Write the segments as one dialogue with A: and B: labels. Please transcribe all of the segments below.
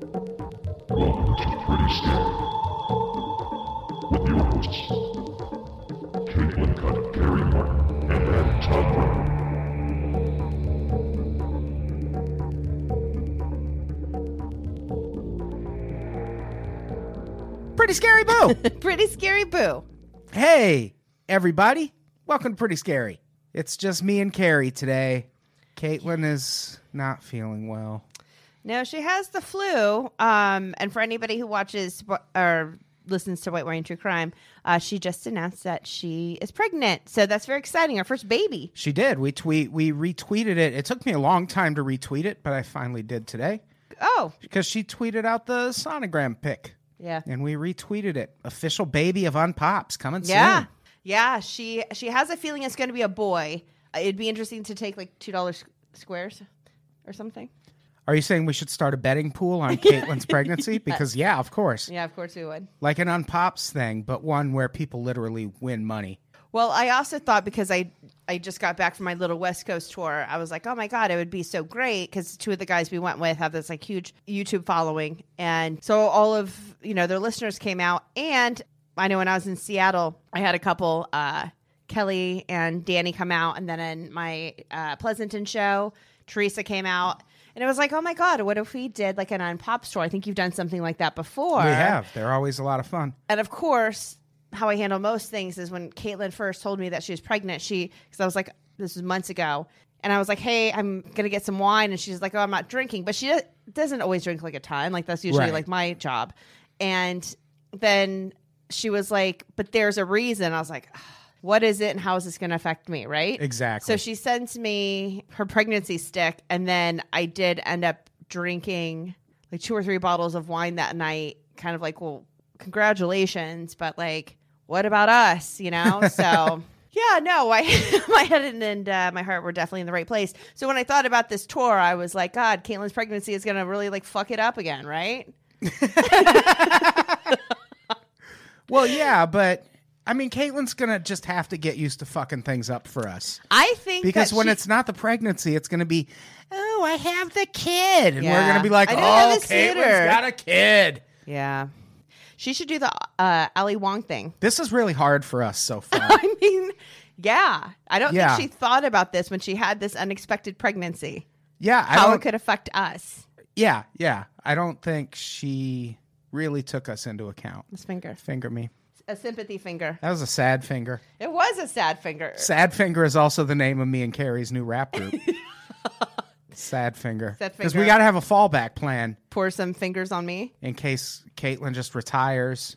A: Welcome to the Pretty Scary with your hosts, Caitlin Cutt, Gary Martin, and Adam Todd Brown.
B: Pretty Scary Boo!
C: Pretty scary boo.
B: Hey, everybody. Welcome to Pretty Scary. It's just me and Carrie today. Caitlin is not feeling well.
C: No, she has the flu. Um, and for anybody who watches wh- or listens to White Wearing True Crime, uh, she just announced that she is pregnant. So that's very exciting. Our first baby.
B: She did. We tweet we retweeted it. It took me a long time to retweet it, but I finally did today
C: Oh,
B: because she tweeted out the sonogram pic
C: yeah,
B: and we retweeted it. Official baby of Unpops coming
C: yeah,
B: soon.
C: yeah. She she has a feeling it's going to be a boy. Uh, It'd be interesting to take like two dollars squares or something.
B: Are you saying we should start a betting pool on Caitlin's pregnancy? Because yeah, of course.
C: Yeah, of course we would.
B: Like an Unpops thing, but one where people literally win money.
C: Well, I also thought because I I just got back from my little West Coast tour, I was like, oh my god, it would be so great because two of the guys we went with have this like huge YouTube following, and so all of you know their listeners came out, and I know when I was in Seattle, I had a couple. Uh, Kelly and Danny come out, and then in my uh, Pleasanton show, Teresa came out, and it was like, oh my god, what if we did like an on pop store? I think you've done something like that before.
B: we have. They're always a lot of fun.
C: And of course, how I handle most things is when Caitlin first told me that she was pregnant, she, because I was like, this was months ago. And I was like, hey, I'm going to get some wine. And she's like, oh, I'm not drinking. But she do- doesn't always drink like a ton. Like, that's usually
B: Right.
C: like my job. And then she was like, but there's a reason. I was like, what is it and how is this going to affect me? Right.
B: Exactly.
C: So she sends me her pregnancy stick, and then I did end up drinking like two or three bottles of wine that night. Kind of like, well, congratulations, but like, what about us? You know? So. Yeah, no, I, my head and, and uh, my heart were definitely in the right place. So when I thought about this tour, I was like, God, Caitlin's pregnancy is going to really like fuck it up again, right?
B: Well, yeah, but I mean, Caitlin's gonna just have to get used to fucking things up for us
C: I think
B: because
C: that
B: when
C: she-
B: it's not the pregnancy, it's gonna be, oh, I have the kid, and we're
C: Yeah.
B: gonna be like,
C: I
B: oh,
C: didn't have a
B: Caitlin's
C: suitor."
B: got a kid.
C: yeah, she should do the uh, Ali Wong thing.
B: This is really hard for us so far.
C: I mean, yeah. I don't
B: Yeah.
C: think she thought about this when she had this unexpected pregnancy.
B: yeah, I
C: How
B: don't.
C: it could affect us.
B: yeah, yeah, I don't think she really took us into account.
C: This finger.
B: Finger me.
C: A sympathy finger.
B: That was a sad finger.
C: It was a sad finger.
B: Sad Finger is also the name of me and Carrie's new rap group. Sad Finger.
C: Sad
B: Because we
C: Finger.
B: got to have a fallback plan
C: Pour some fingers on me.
B: in case Caitlyn just retires.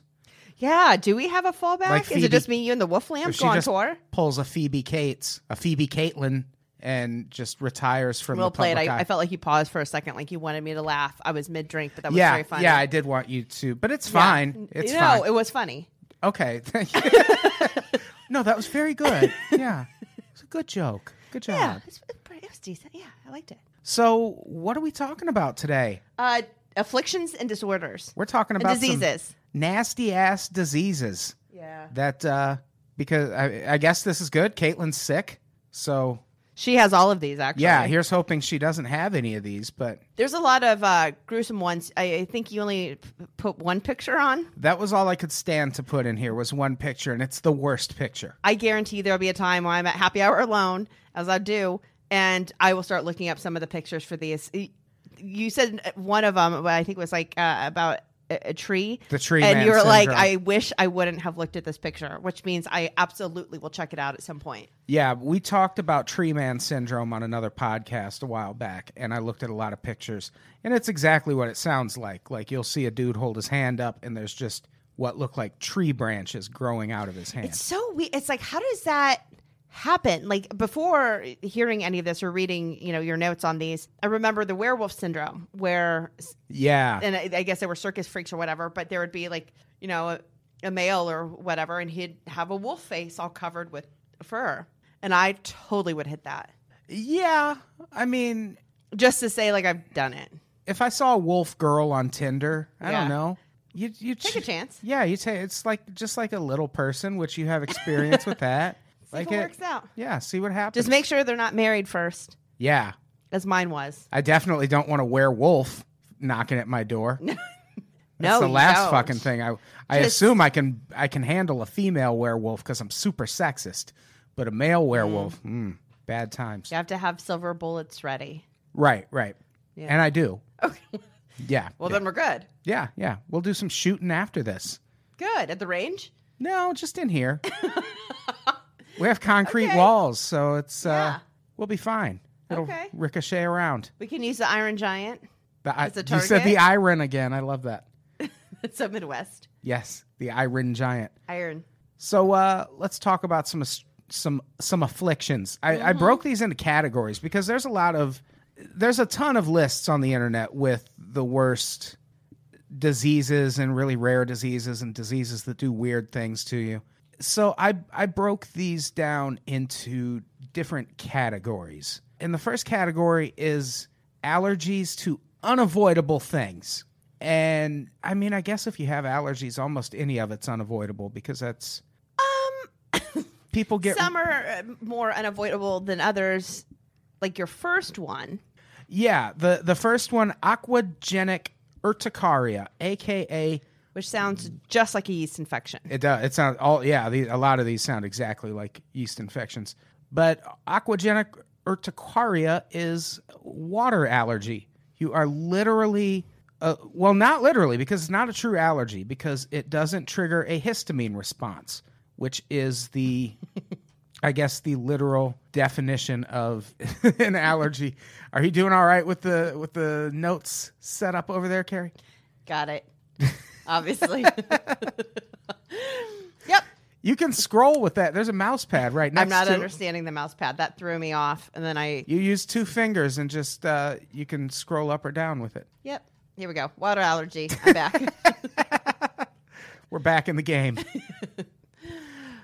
C: Yeah. Do we have a fallback?
B: Like
C: Is
B: Phoebe-
C: it just me, you, and the Wolf Lamp
B: If
C: go on
B: just
C: tour?
B: pulls a Phoebe Cates, a Phoebe Caitlin, and just retires from
C: We'll
B: the
C: play it.
B: public eye.
C: I, I felt like you paused for a second, like you wanted me to laugh. I was mid drink, but that was
B: yeah,
C: very funny.
B: yeah, I did want you to, but it's
C: Yeah.
B: fine. It's
C: no,
B: fine.
C: it was funny.
B: okay, thank you. no, that was very good. Yeah, it's a good joke. Good job.
C: Yeah. It was, it was decent. Yeah. I liked it.
B: So, what are we talking about today?
C: Uh, afflictions and disorders.
B: We're talking
C: And
B: about some
C: diseases.
B: nasty ass diseases
C: Yeah.
B: that, uh, because I, I guess this is good. Caitlin's sick. So,
C: She has all of these, actually.
B: yeah, here's hoping she doesn't have any of these, but
C: There's a lot of uh, gruesome ones. I, I think you only p- put one picture on.
B: that was all I could stand to put in here was one picture, and it's the worst picture.
C: I guarantee there'll be a time when I'm at happy hour alone, as I do, and I will start looking up some of the pictures for these. You said uh, one of them, but I think it was like uh, about a, a tree.
B: The tree
C: and
B: man
C: you were like,
B: syndrome.
C: I wish I wouldn't have looked at this picture, which means I absolutely will check it out at some point.
B: Yeah, we talked about tree man syndrome on another podcast a while back, and I looked at a lot of pictures, and it's exactly what it sounds like. Like you'll see a dude hold his hand up, and there's just what look like tree branches growing out of his hand.
C: It's so weird. It's like, how does that happen? Like before hearing any of this or reading, you know, your notes on these, I remember the werewolf syndrome, where
B: yeah,
C: and I, I guess they were circus freaks or whatever, but there would be like, you know, a, a male or whatever, and he'd have a wolf face all covered with fur. And I totally would hit that
B: yeah. I mean,
C: just to say, like, I've done it.
B: if I saw a wolf girl on Tinder, I
C: Yeah.
B: don't know. You you
C: Take a chance.
B: Yeah, you take. It's like just like a little person, which you have experience with that.
C: See if
B: like
C: it works out.
B: Yeah, see what happens.
C: Just make sure they're not married first,
B: yeah,
C: as mine was.
B: I definitely don't want a werewolf knocking at my door. That's
C: no,
B: the
C: you
B: last
C: don't.
B: fucking thing. I I
C: Just-
B: assume I can I can handle a female werewolf because I'm super sexist, but a male werewolf, mm. bad times.
C: You have to have silver bullets ready.
B: Right, right.
C: Yeah.
B: And I do.
C: Okay.
B: Yeah.
C: Well,
B: yeah.
C: then we're good.
B: yeah, yeah. We'll do some shooting after this.
C: Good at the range.
B: No, just in here. we have concrete
C: Okay.
B: walls, so it's uh
C: Yeah.
B: we'll be fine. It'll
C: Okay.
B: ricochet around.
C: We can use the Iron Giant.
B: The, I-
C: As a
B: you said the
C: target?
B: iron again. I love that.
C: It's a Midwest
B: Yes, the iron giant.
C: iron.
B: So uh, let's talk about some some some afflictions. I,
C: Mm-hmm.
B: I broke these into categories because there's a lot of there's a ton of lists on the internet with the worst diseases and really rare diseases and diseases that do weird things to you. So I I broke these down into different categories. And the first category is allergies to unavoidable things. And I mean, I guess if you have allergies, almost any of it's unavoidable because that's um people get
C: Some are uh, more unavoidable than others. Like your first one.
B: yeah the the first one aquagenic urticaria, aka
C: which sounds just like a yeast infection.
B: It does. It sounds all yeah. The, a lot of these sound exactly like yeast infections. But aquagenic urticaria is water allergy. You are literally, uh, well, not literally because it's not a true allergy because it doesn't trigger a histamine response, which is the, I guess, the literal definition of an allergy. Are you doing all right with the with the notes set up over there, Carrie?
C: Got it. Obviously. yep.
B: You can scroll with that. There's a mouse pad right next
C: I'm not
B: to
C: understanding the mouse pad. That threw me off. And then I,
B: You use two fingers and just uh, you can scroll up or down with it.
C: yep. Here we go. Water allergy. I'm back.
B: We're back in the game.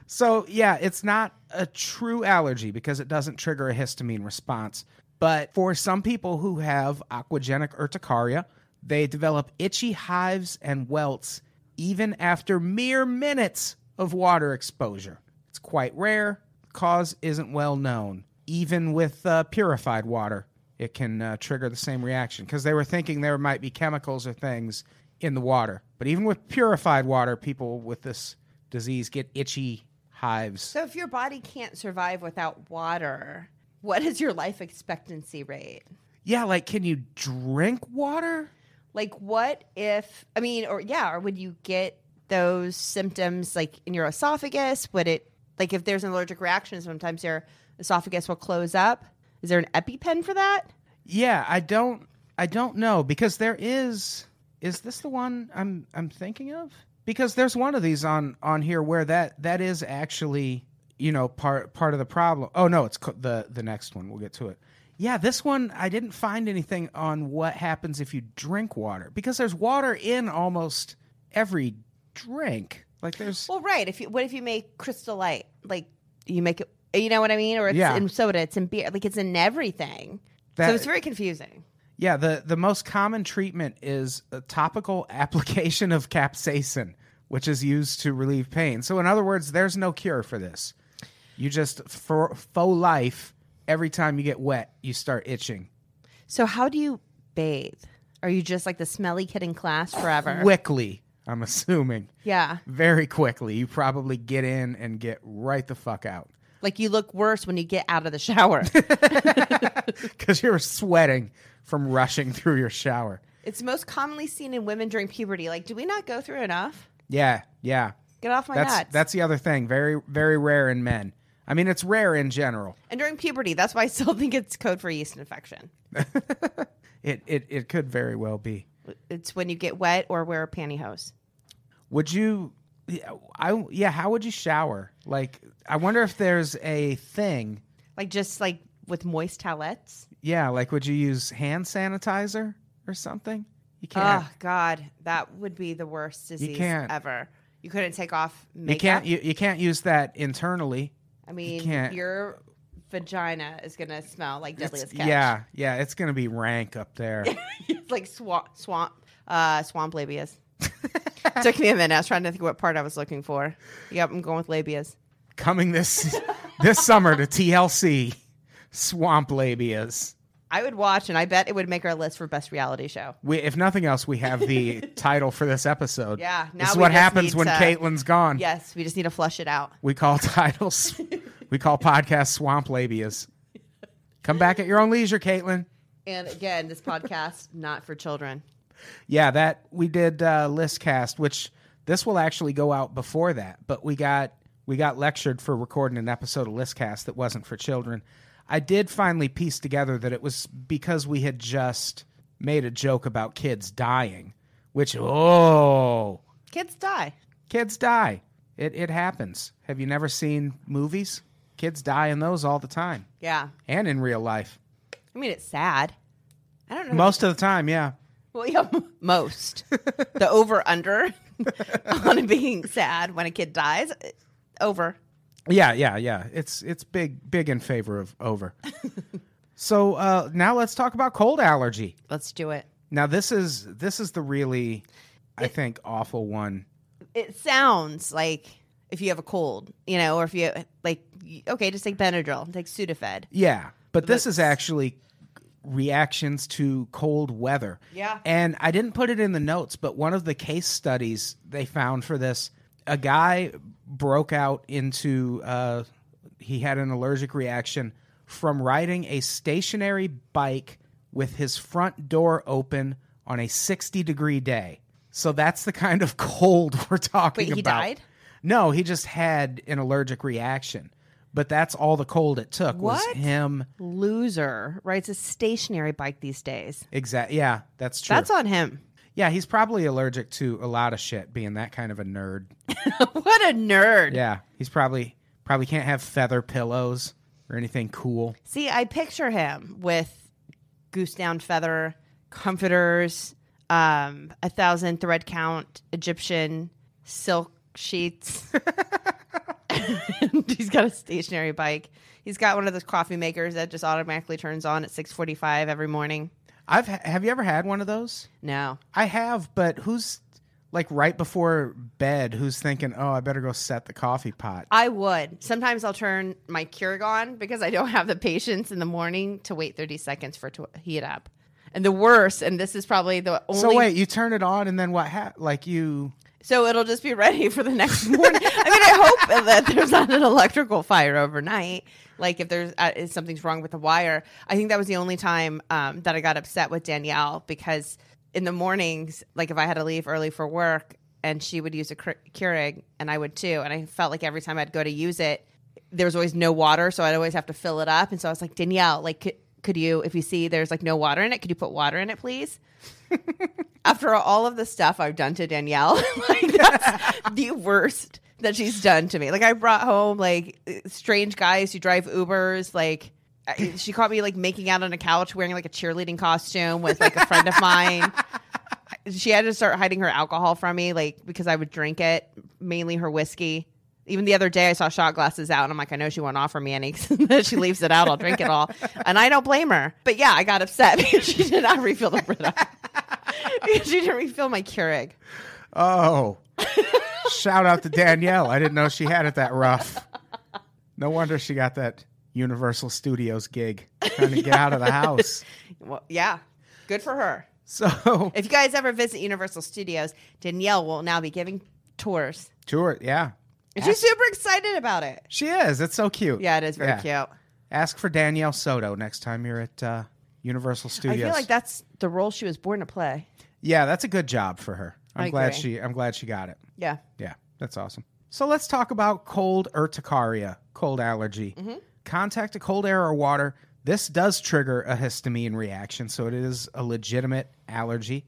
B: so yeah, it's not a true allergy because it doesn't trigger a histamine response. But for some people who have aquagenic urticaria, they develop itchy hives and welts even after mere minutes of water exposure. It's quite rare. Cause isn't well known. Even with uh, purified water, it can uh, trigger the same reaction because they were thinking there might be chemicals or things in the water. But even with purified water, people with this disease get itchy hives.
C: so if your body can't survive without water, what is your life expectancy rate?
B: Yeah, like can you drink water?
C: Like, what if, I mean, or yeah, or would you get those symptoms like in your esophagus? Would it, like, if there's an allergic reaction, sometimes your esophagus will close up. Is there an EpiPen for that?
B: Yeah, I don't I don't know because there is is this the one I'm I'm thinking of? Because there's one of these on on here where that that is actually, you know, part part of the problem. Oh no, it's co- the the next one. We'll get to it. Yeah, this one I didn't find anything on what happens if you drink water because there's water in almost every drink. Like there's
C: Well, right. If you what if you make crystal light? Like you make it, you know what I mean? Or it's
B: Yeah.
C: in soda, it's in beer, like it's in everything. so it's very confusing.
B: Yeah, the, the most common treatment is a topical application of capsaicin, which is used to relieve pain. So, in other words, there's no cure for this. You just, for, faux life, every time you get wet, you start itching
C: So how do you bathe? Are you just like the smelly kid in class forever?
B: quickly, I'm assuming.
C: yeah.
B: Very quickly. You probably get in and get right the fuck out
C: Like you look worse when you get out of the shower.
B: because you're sweating from rushing through your shower.
C: it's most commonly seen in women during puberty. Like, do we not go through enough?
B: Yeah, yeah.
C: Get off my
B: that's
C: nuts.
B: that's the other thing. Very very rare in men. I mean, it's rare in general.
C: and during puberty, that's why I still think it's code for yeast infection.
B: It it it could very well be.
C: It's when you get wet or wear pantyhose.
B: Would you? yeah, I yeah. How would you shower? Like, I wonder if there's a thing.
C: Like just like with moist towelettes.
B: Yeah, like would you use hand sanitizer or something? You can't.
C: Oh God, that would be the worst disease
B: can't.
C: ever. You couldn't take off
B: you
C: makeup.
B: can't. You, you can't use that internally.
C: I mean,
B: can't.
C: your vagina is gonna smell like
B: It's-
C: deadliest catch.
B: yeah, yeah. It's gonna be rank up there.
C: It's like swamp swamp uh swamp labias. Took me a minute. I was trying to think what part I was looking for. Yep, I'm going with labias.
B: Coming this this summer to TLC, swamp labias.
C: I would watch, and I bet it would make our list for best reality show.
B: We, if nothing else, we have the title for this episode.
C: Yeah, now
B: this is
C: we
B: what
C: just
B: happens
C: need
B: when
C: to-
B: Caitlin's gone.
C: Yes, we just need to flush it out.
B: We call titles, we call podcasts swamp labias. Come back at your own leisure, Caitlin.
C: And again, this podcast not for children.
B: Yeah, that we did uh, listcast, which this will actually go out before that, but we got we got lectured for recording an episode of listcast that wasn't for children. I did finally piece together that it was because we had just made a joke about kids dying, which oh,
C: Kids die.
B: kids die. It it happens. Have you never seen movies? Kids die in those all the time,
C: Yeah,
B: and in real life,
C: I mean it's sad. I don't know.
B: most of the time. Yeah,
C: Well, yeah, m- most. the over under on it being sad when a kid dies, eh, over.
B: Yeah, yeah, yeah. It's it's big big in favor of over. so uh, now let's talk about cold allergy.
C: Let's do it.
B: Now this is this is the really, I think, awful one.
C: It sounds like if you have a cold, you know, or if you like, y- okay, just take Benadryl, take Sudafed.
B: Yeah, but this is
C: That's-
B: actually reactions to cold weather.
C: Yeah.
B: And I didn't put it in the notes, but one of the case studies they found for this, a guy broke out into uh, he had an allergic reaction from riding a stationary bike with his front door open on a 60 degree day. So that's the kind of cold we're talking
C: Wait, he
B: about.
C: died?
B: No, he just had an allergic reaction. But that's all the cold it took
C: What?
B: was him.
C: Loser rides a stationary bike these days.
B: Exact. Yeah, that's true.
C: That's on him.
B: yeah, he's probably allergic to a lot of shit. Being that kind of a nerd.
C: what a nerd.
B: Yeah, he's probably probably can't have feather pillows or anything cool.
C: See, I picture him with goose down feather, comforters, um, a thousand thread count Egyptian silk sheets. And He's got a stationary bike. He's got one of those coffee makers that just automatically turns on at 6:45 every morning.
B: I've ha- have you ever had one of those?
C: No.
B: I have, but who's like right before bed? Who's thinking? Oh, I better go set the coffee pot.
C: I would. Sometimes I'll turn my Keurig on because I don't have the patience in the morning to wait 30 seconds for it to heat up. And the worst, and this is probably the only
B: so wait, you turn it on and then what? Ha- like you?
C: So it'll just be ready for the next morning. I mean, I hope that there's not an electrical fire overnight. Like if there's uh, if something's wrong with the wire. I think that was the only time um, that I got upset with Danielle because in the mornings, like if I had to leave early for work, and she would use a Keur- Keurig and I would too, and I felt like every time I'd go to use it, there was always no water, so I'd always have to fill it up. And so I was like, Danielle, like could, could you, if you see there's like no water in it, could you put water in it, please? after all of the stuff I've done to Danielle, like that's the worst that she's done to me. Like I brought home like strange guys who drive Ubers. Like I- she caught me like making out on a couch wearing like a cheerleading costume with like a friend of mine. She had to start hiding her alcohol from me, like because I would drink it, mainly her whiskey. Even the other day, I saw shot glasses out, and I'm like, I know she won't offer me any. 'cause she leaves it out, I'll drink it all, and I don't blame her. But yeah, I got upset because she did not refill the Brita. because she didn't refill my Keurig.
B: Oh. Shout out to Danielle. I didn't know she had it that rough. No wonder she got that Universal Studios gig trying to get out of the house.
C: Well, yeah, good for her.
B: So,
C: If you guys ever visit Universal Studios, Danielle will now be giving tours.
B: sure. Yeah.
C: And she's super excited about it.
B: She is. It's so cute.
C: Yeah, it is very cute.
B: Ask for Danielle Soto next time you're at uh, Universal
C: I
B: Studios.
C: feel like that's the role she was born to play.
B: yeah, that's a good job for her. I'm
C: I
B: glad
C: agree.
B: she I'm glad she got it.
C: Yeah.
B: Yeah, that's awesome. So let's talk about cold urticaria, cold allergy. Contact to cold air or water. This does trigger a histamine reaction, so it is a legitimate allergy,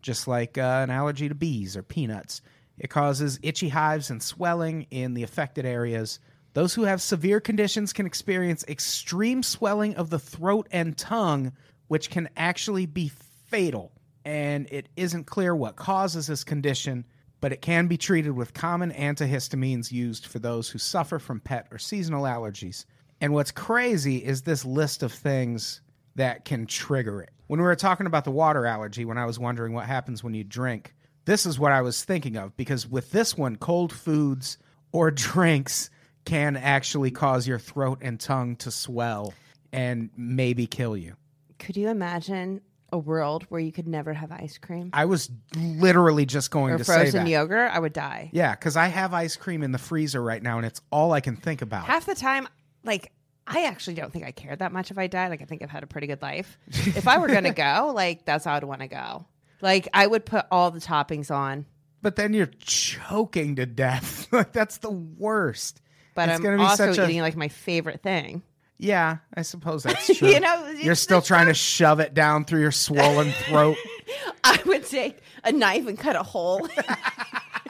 B: just like uh, an allergy to bees or peanuts. It causes itchy hives and swelling in the affected areas. Those who have severe conditions can experience extreme swelling of the throat and tongue, which can actually be fatal. And it isn't clear what causes this condition, but it can be treated with common antihistamines used for those who suffer from pet or seasonal allergies. And what's crazy is this list of things that can trigger it. When we were talking about the water allergy, when I was wondering what happens when you drink, this is what I was thinking of because with this one, cold foods or drinks can actually cause your throat and tongue to swell and maybe kill you.
C: Could you imagine a world where you could never have ice cream
B: I was literally just going
C: or
B: to say
C: frozen
B: that.
C: yogurt? I would die.
B: Yeah, because I have ice cream in the freezer right now, and it's all I can think about.
C: Half the time, like, I actually don't think I care that much if I die. Like, I think I've had a pretty good life. if I were going to go, like, that's how I'd want to go. Like, I would put all the toppings on,
B: but then you're choking to death. Like, That's the worst.
C: but
B: It's gonna
C: I'm
B: be
C: also
B: such a-
C: eating, like, my favorite thing.
B: Yeah, I suppose that's true.
C: You know,
B: you're
C: it's
B: still
C: the
B: trying to shove it down through your swollen throat.
C: I would take a knife and cut a hole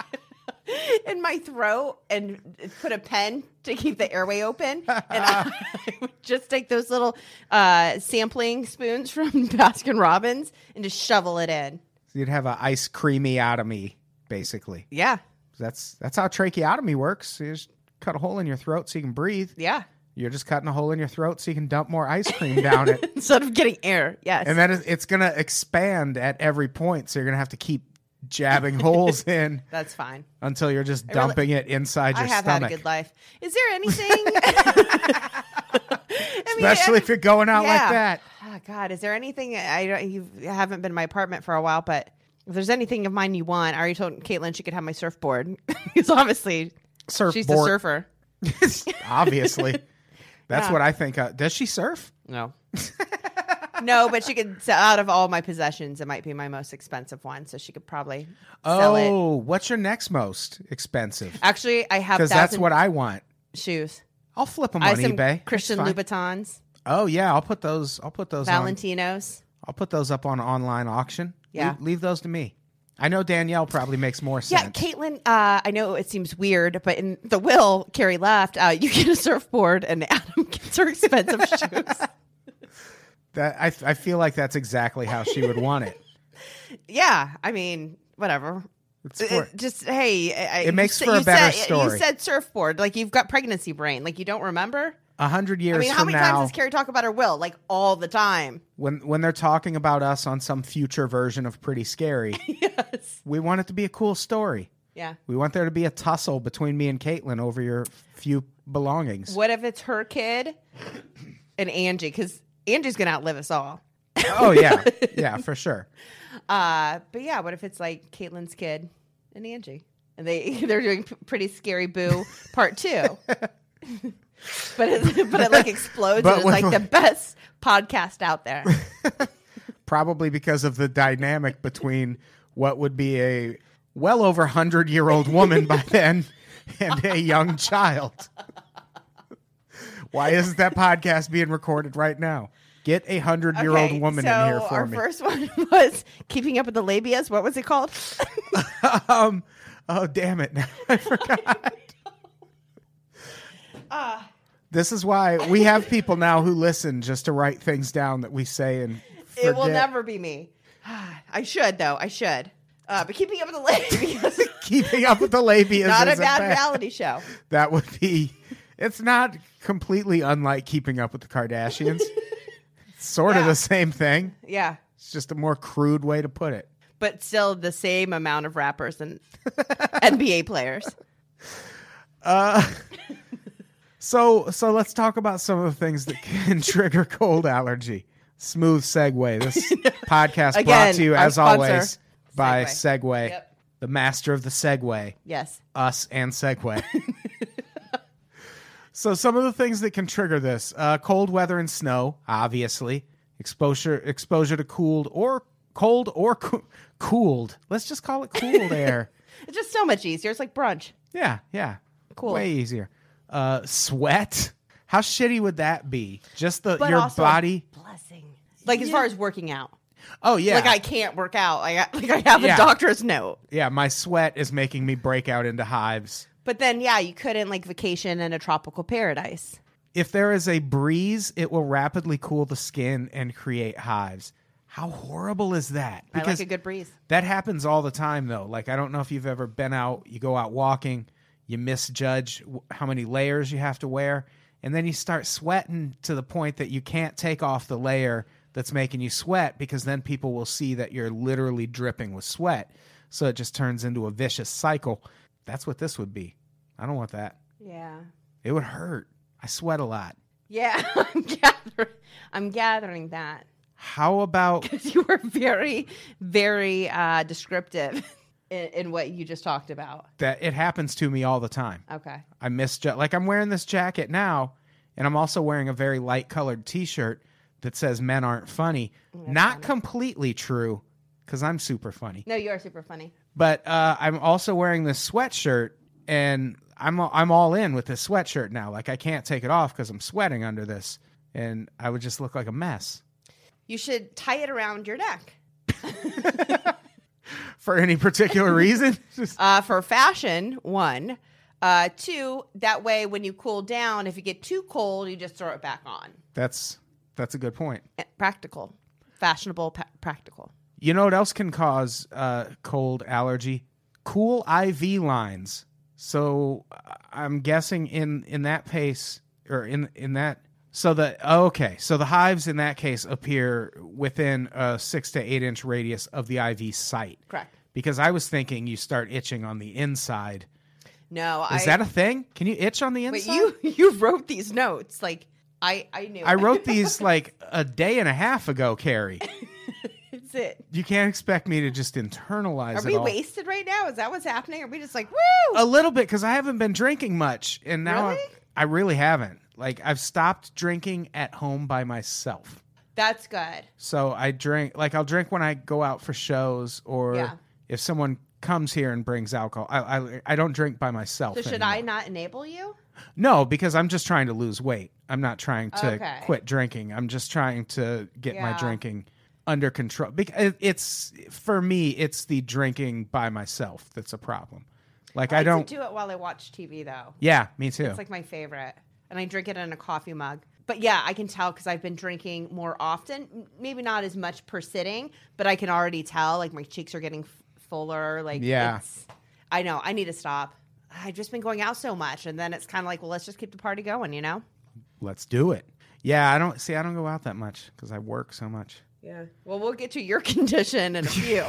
C: in my throat and put a pen to keep the airway open. And I would just take those little uh, sampling spoons from Baskin Robbins and just shovel it in.
B: You'd have an ice creamyotomy, basically.
C: Yeah.
B: That's that's how tracheotomy works. You just cut a hole in your throat so you can breathe.
C: Yeah.
B: You're just cutting a hole in your throat so you can dump more ice cream down it.
C: Instead of getting air. Yes.
B: And then it- it's going to expand at every point. So you're going to have to keep jabbing holes in
C: That's fine.
B: until you're just dumping it inside your
C: I have
B: stomach.
C: had a good life. Is there anything? I mean,
B: Especially if you're going out
C: Yeah.
B: like that.
C: Oh, God, is there anything I don't? You haven't been in my apartment for a while, but if there's anything of mine you want, I already told Caitlin she could have my surfboard because obviously
B: Surfboard.
C: she's the surfer.
B: Obviously. That's
C: Yeah.
B: what I think. Of. Does she surf?
C: No, no, but she could. So out of all my possessions, it might be my most expensive one, so she could probably sell it.
B: Oh, what's your next most expensive?
C: Actually, I have
B: Because that's
C: thousand
B: what I want.
C: shoes.
B: I'll flip them
C: I
B: on
C: have some
B: eBay.
C: Christian
B: It's fine.
C: Louboutins,
B: Oh yeah, I'll put those. I'll put those. on-
C: Valentinos.
B: I'll put those up on online auction.
C: Yeah.
B: leave, leave those to me. I know Danielle probably makes more
C: Yeah,
B: sense.
C: Caitlin, uh, I know it seems weird, but in the will, Carrie left, uh, you get a surfboard and Adam gets her expensive shoes.
B: that I, I feel like that's exactly how she would want it.
C: Yeah, I mean, whatever.
B: It's
C: It-
B: for-
C: it just hey, I,
B: It makes
C: said-
B: for a better
C: said, You
B: story.
C: said surfboard, like you've got pregnancy brain, like you don't remember.
B: a hundred
C: I
B: years
C: mean, how
B: from
C: many
B: now,
C: times does Carrie talk about her will? Like all the time.
B: when when they're talking about us on some future version of Pretty Scary,
C: Yes.
B: we want it to be a cool story.
C: Yeah.
B: We want there to be a tussle between me and Caitlin over your few belongings.
C: What if it's her kid and Angie? Because Angie's gonna outlive us all.
B: Oh yeah, yeah, for sure.
C: Uh, but yeah, what if it's like Caitlin's kid and Angie, and they they're doing P- pretty scary boo part two. but it, but it like explodes
B: But
C: and
B: with-
C: it's like the best podcast out there.
B: Probably because of the dynamic between what would be a well over hundred year old woman by then and a young child. Why isn't that podcast being recorded right now? Get a hundred year old
C: Okay,
B: woman
C: so
B: in here for
C: our
B: me.
C: first one was keeping up with the labias. What was it called?
B: um, oh damn it! Now I forgot.
C: Uh.
B: this is why we have people now who listen just to write things down that we say and
C: It will
B: forget.
C: never be me. I should though. I should. Uh, but keeping up with the ladies,
B: Keeping up with the labia
C: not a
B: isn't
C: bad
B: bad.
C: reality show.
B: That would be. It's not completely unlike keeping up with the Kardashians. It's sort of
C: Yeah.
B: the same thing.
C: Yeah,
B: It's just a more crude way to put it.
C: but still the same amount of rappers and NBA players.
B: So so let's talk about some of the things that can trigger cold allergy. Smooth segue. This podcast brought
C: Again,
B: to you
C: our
B: as
C: sponsor,
B: always by
C: Segway.
B: Segway,
C: Yep.
B: the master of the Segway,
C: Yes.
B: us and Segway. so some of the things that can trigger this: uh, cold weather and snow, obviously. Exposure exposure to cooled or cold or coo- cooled. Let's just call it cooled air.
C: It's just so much easier. It's like brunch.
B: Yeah, yeah.
C: Cool.
B: Way easier. Uh, sweat. How shitty would that be? Just the
C: But
B: your
C: also a
B: body.
C: blessing. Like as far as working out.
B: Oh yeah,
C: Like I can't work out. Like I, like I have
B: Yeah.
C: a doctor's note.
B: yeah. My sweat is making me break out into hives.
C: But then yeah, you couldn't like vacation in a tropical paradise.
B: If there is a breeze, it will rapidly cool the skin and create hives. How horrible is that?
C: I like a good breeze.
B: That happens all the time, though. Like, I don't know if you've ever been out, you go out walking, you misjudge w- how many layers you have to wear, and then you start sweating to the point that you can't take off the layer that's making you sweat because then people will see that you're literally dripping with sweat. So it just turns into a vicious cycle. That's what this would be. I don't want that.
C: Yeah.
B: It would hurt. I sweat a lot.
C: Yeah. I'm gathering I'm gathering that.
B: How about
C: You were very, very uh descriptive in, in what you just talked about.
B: that? It happens to me all the time.
C: Okay.
B: I miss ja- like I'm wearing this jacket now, and I'm also wearing a very light colored T-shirt that says "Men aren't funny." Not completely true, because I'm super funny.
C: No, you are super funny.
B: But uh, I'm also wearing this sweatshirt, and I'm I'm all in with this sweatshirt now. Like I can't take it off because I'm sweating under this, and I would just look like a mess
C: You should tie it around your neck.
B: for any particular reason. Just-
C: uh, for fashion one uh, two that way when you cool down if you get too cold you just throw it back on
B: that's that's a good point.
C: Eh, practical fashionable pa- practical
B: You know what else can cause uh, cold allergy? Cool IV lines. So uh, I'm guessing in in that pace or in in that so the oh, okay so the hives in that case appear within a six to eight inch radius of the IV site.
C: Correct.
B: Because I was thinking you start itching on the inside.
C: no
B: Is
C: I,
B: that a thing? Can you itch on the
C: but
B: inside?
C: you you wrote these notes like i i knew
B: I wrote these like a day and a half ago, Carrie.
C: that's it
B: You can't expect me to just internalize
C: are
B: it
C: we
B: all. Oh.
C: wasted right now is that what's happening are we just like woo
B: a little bit because I haven't been drinking much, and now
C: Really?
B: I, I really haven't. Like I've stopped drinking at home by myself.
C: that's good
B: So I drink like I'll drink when I go out for shows or
C: Yeah.
B: if someone comes here and brings alcohol. I I, I don't drink by myself.
C: so should
B: anymore.
C: i not enable you
B: No, because I'm just trying to lose weight. I'm not trying to
C: Okay.
B: quit drinking. I'm just trying to get my
C: Yeah.
B: drinking under control. Because it's for me, it's the drinking by myself that's a problem. Like I,
C: like to
B: don't.
C: do it while i watch tv though
B: yeah, me too.
C: It's like my favorite. And I drink it in a coffee mug. But yeah, I can tell because I've been drinking more often. M- Maybe not as much per sitting, but I can already tell like my cheeks are getting f- fuller. Like,
B: Yeah.
C: it's- I know. I need to stop. I've just been going out so much. And then it's kind of like, well, let's just keep the party going, you know?
B: Let's do it. Yeah, I don't see. I don't go out that much because I work so much.
C: Yeah. Well, we'll get to your condition in a few.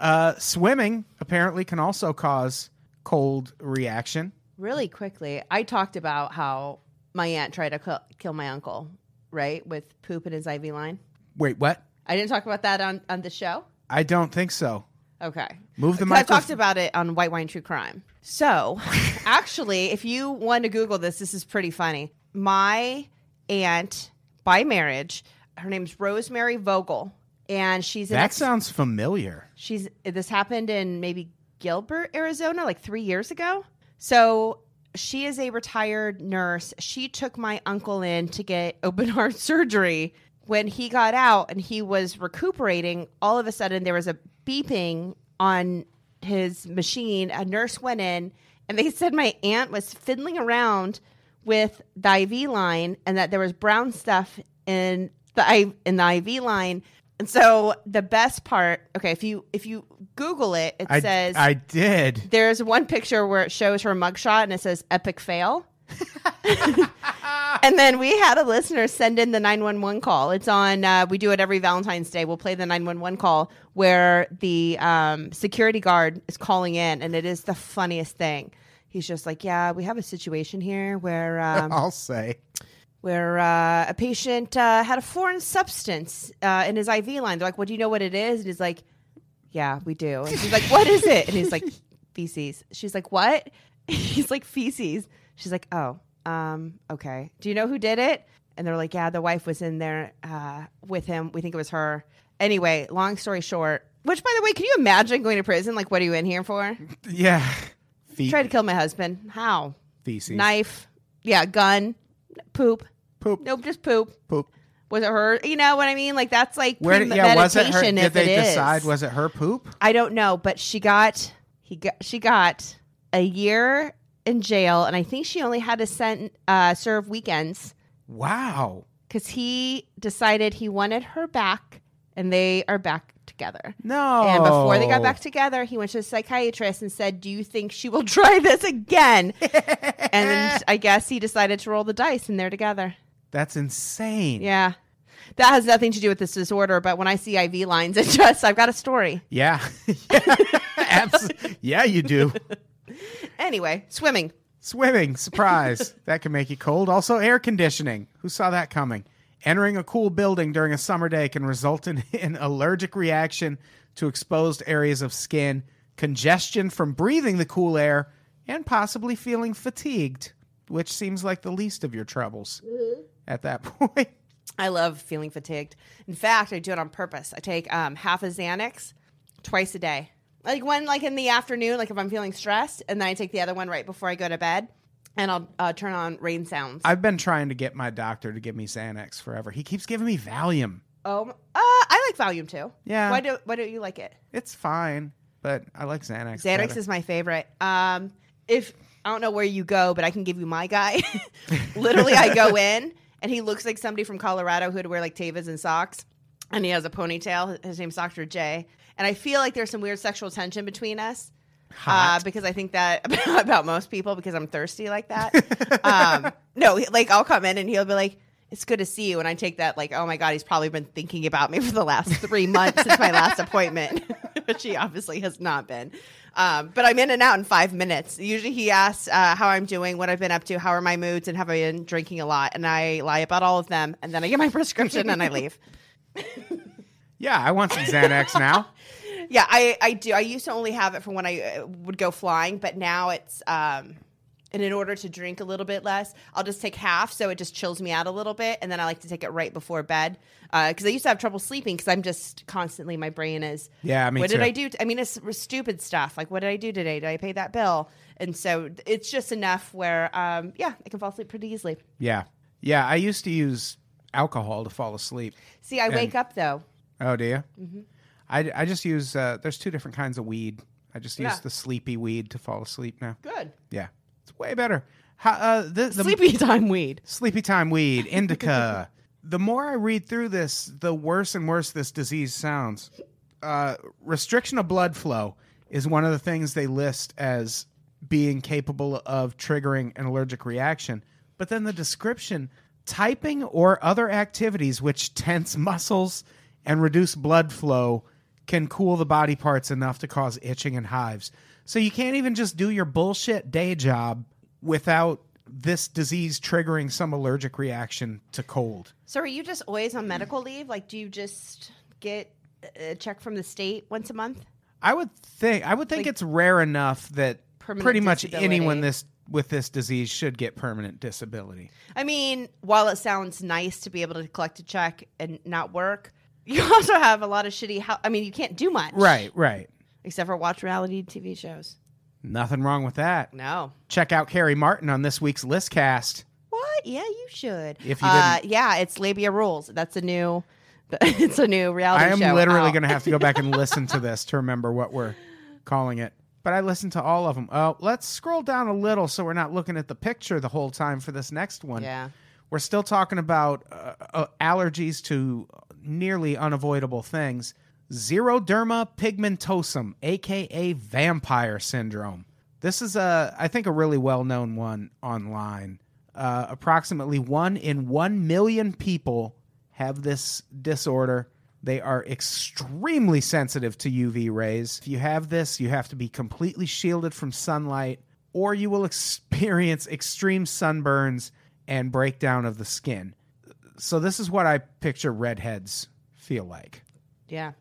B: Uh, swimming apparently can also cause cold reaction.
C: really quickly, I talked about how my aunt tried to kill, kill my uncle, right? With poop in his IV line.
B: Wait, what?
C: I didn't talk about that on, on the show.
B: I don't think so.
C: Okay.
B: Move the
C: Because I
B: microphone.
C: talked about it on White Wine True Crime. So, actually, if you want to Google this, this is pretty funny. My aunt, by marriage, her name's Rosemary Vogel, and she's an
B: that
C: ex-
B: sounds familiar.
C: she's this happened in maybe Gilbert, Arizona, like three years ago. So she is a retired nurse. She took my uncle in to get open heart surgery. When he got out and he was recuperating, all of a sudden there was a beeping on his machine. A nurse went in and they said my aunt was fiddling around with the IV line and that there was brown stuff in the I- in the IV line And so the best part, okay, if you if you Google it, it
B: I,
C: says
B: I did.
C: there's one picture where it shows her mugshot and it says epic fail. and then we had a listener send in the 911 call. It's on, uh, we do it every Valentine's Day. We'll play the 911 call where the um, security guard is calling in, and it is the funniest thing. He's just like, Yeah, we have a situation here where um,
B: I'll say.
C: where uh, a patient uh, had a foreign substance uh, in his IV line. They're like, "Well, do you know what it is?" And he's like, "Yeah, we do." And she's like, "What is it?" And he's like, "Feces." She's like, "What?" He's like, "Feces." She's like, "Oh, um, okay. Do you know who did it?" And they're like, "Yeah, the wife was in there uh, with him. We think it was her." Anyway, long story short. Which, by the way, can you imagine going to prison? Like, what are you in here for?
B: Yeah. Fe-
C: Try to kill my husband. How?
B: feces.
C: Knife. Yeah, gun. Poop.
B: Poop.
C: Nope, just poop.
B: Poop.
C: Was it her? You know what I mean? Like that's like
B: Where did, yeah, was it her?
C: premeditation
B: Did
C: if
B: they
C: it is.
B: decide was it her poop?
C: I don't know, but she got he got she got a year in jail, and I think she only had to send uh, serve weekends
B: Wow.
C: because he decided he wanted her back, and they are back together.
B: No.
C: And before they
B: Oh.
C: got back together, he went to a psychiatrist and said, "Do you think she will try this again?" and
B: Eh.
C: then I guess he decided to roll the dice, and they're together.
B: That's insane.
C: Yeah. That has nothing to do with this disorder, but when I see IV lines, it just, I've got a story.
B: Yeah. yeah. Abs- yeah, you do.
C: Anyway, swimming.
B: Swimming, surprise. that can make you cold. Also, air conditioning. Who saw that coming? Entering a cool building during a summer day can result in an allergic reaction to exposed areas of skin, congestion from breathing the cool air, and possibly feeling fatigued, which seems like the least of your troubles at that point.
C: I love feeling fatigued. In fact, I do it on purpose. I take um, half a Xanax twice a day. Like one, like in the afternoon, like if I'm feeling stressed, and then I take the other one right before I go to bed, and I'll uh, turn on rain sounds.
B: I've been trying to get my doctor to give me Xanax forever. He keeps giving me Valium.
C: oh, uh, I like Valium too.
B: Yeah.
C: Why do Why don't you like it?
B: It's fine, but I like Xanax.
C: Xanax
B: better.
C: is my favorite. Um, if I don't know where you go, but I can give you my guy. Literally, I go in and he looks like somebody from Colorado who'd wear like Tevas and socks, and he has a ponytail. His name's Doctor J, and I feel like there's some weird sexual tension between us. Uh,
B: Hot.
C: because I think that about most people because I'm thirsty like that. um, no, he- like I'll come in and he'll be like, "It's good to see you," and I take that like, "Oh my god, he's probably been thinking about me for the last three months since my last appointment," which he obviously has not been. Um, but I'm in and out in five minutes. Usually he asks uh, how I'm doing, what I've been up to, how are my moods, and have I been drinking a lot? And I lie about all of them, and then I get my prescription and I leave.
B: yeah, I want some Xanax now.
C: Yeah, I, I do. I used to only have it for when I uh, would go flying, but now it's um, and in order to drink a little bit less, I'll just take half, so it just chills me out a little bit, and then I like to take it right before bed because I used to have trouble sleeping because I'm just constantly my brain is
B: Yeah, me
C: what
B: too.
C: did I do? t- I mean, it's r- stupid stuff like what did I do today? Did I pay that bill? And so it's just enough where um, yeah, I can fall asleep pretty easily.
B: Yeah. Yeah. I used to use alcohol to fall asleep.
C: See, I wake up though.
B: Oh, do you? Mm-hmm. I, I just use, uh, there's two different kinds of weed. I just use
C: Yeah.
B: the sleepy weed to fall asleep now.
C: Good
B: Yeah. It's way better. How, uh, the, the,
C: sleepy time weed.
B: Sleepy time weed, indica. the more I read through this, the worse and worse this disease sounds. Uh, restriction of blood flow is one of the things they list as being capable of triggering an allergic reaction. But then the description typing or other activities which tense muscles and reduce blood flow can cool the body parts enough to cause itching and hives. So you can't even just do your bullshit day job without this disease triggering some allergic reaction to cold.
C: So are you just always
B: Mm.
C: on medical leave? Like, do you just get a check from the state once a month?
B: I would think I would think
C: Like-
B: it's rare enough that
C: Permanent
B: pretty much
C: disability.
B: anyone this with this disease should get permanent disability.
C: I mean, while it sounds nice to be able to collect a check and not work, you also have a lot of shitty. Ho- I mean, you can't do much,
B: Right, right.
C: Except for watch reality TV shows.
B: Nothing wrong with that.
C: No.
B: Check out Carrie Martin on this week's listcast.
C: What? Yeah, you should.
B: If you
C: uh, yeah, it's labia rules. That's a new. It's a new reality
B: I am
C: show. Oh.
B: literally
C: out.
B: going to have to go back and listen to this to remember what we're calling it. But I listened to all of them. Oh, let's scroll down a little so we're not looking at the picture the whole time for this next one.
C: Yeah.
B: We're still talking about uh, uh, allergies to nearly unavoidable things xeroderma pigmentosum, aka vampire syndrome. This is a, I think, a really well known one online. Uh, approximately one in one million people have this disorder. They are extremely sensitive to UV rays. If you have this, you have to be completely shielded from sunlight, or you will experience extreme sunburns and breakdown of the skin. So, this is what I picture redheads feel like.
C: Yeah.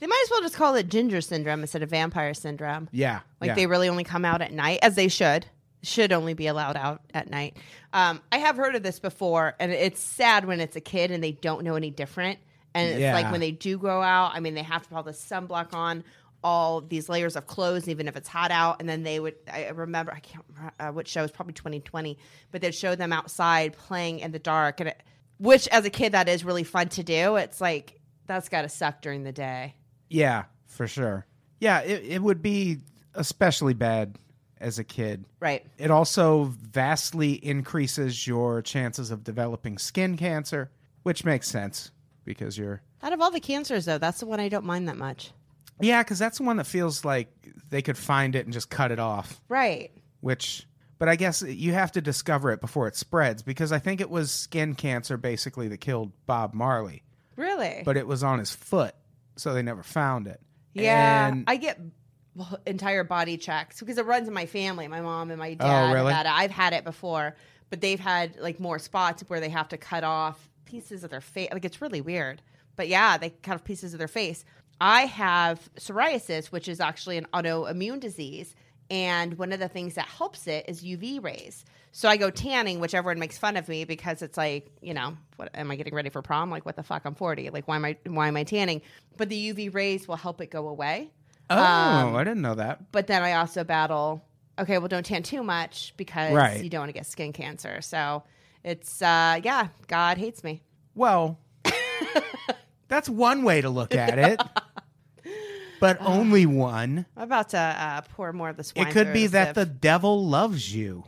C: They might as well just call it ginger syndrome instead of vampire syndrome.
B: Yeah.
C: Like
B: yeah.
C: they really only come out at night, as they should. Should only be allowed out at night. Um, I have heard of this before, and it's sad when it's a kid and they don't know any different. And it's like
B: Yeah.
C: when they do go out, I mean, they have to put all the sunblock on, all these layers of clothes, even if it's hot out. And then they would, I remember, I can't remember uh, which show, it was probably 2020, but they'd show them outside playing in the dark. And it, which, as a kid, that is really fun to do. It's like, that's got to suck during the day.
B: Yeah, for sure. Yeah, it, it would be especially bad as a kid.
C: Right.
B: It also vastly increases your chances of developing skin cancer, which makes sense because you're.
C: Out of all the cancers, though, that's the one I don't mind that much.
B: Yeah, because that's the one that feels like they could find it and just cut it off,
C: Right.
B: which. But I guess you have to discover it before it spreads because I think it was skin cancer basically that killed Bob Marley,
C: Really?
B: but it was on his foot, so they never found it.
C: yeah.
B: And-
C: I get well, entire body checks because it runs in my family. My mom and my dad have
B: really?
C: had it. I've had it before, but they've had like more spots where they have to cut off pieces of their face. Like it's really weird. But yeah, they cut off pieces of their face. I have psoriasis, which is actually an autoimmune disease. And one of the things that helps it is UV rays. So I go tanning, which everyone makes fun of me because it's like, you know, what am I getting ready for prom? Like, what the fuck? I'm 40. Like, why am I why am I tanning? But the UV rays will help it go away.
B: Oh,
C: Um,
B: I didn't know that.
C: But then I also battle, okay, well, don't tan too much because
B: Right.
C: you don't want to get skin cancer. So it's uh yeah, God hates me.
B: Well, that's one way to look at it, but only one.
C: I'm about to uh, pour more of this. Wine
B: it could
C: through
B: be that
C: sieve.
B: the devil loves you.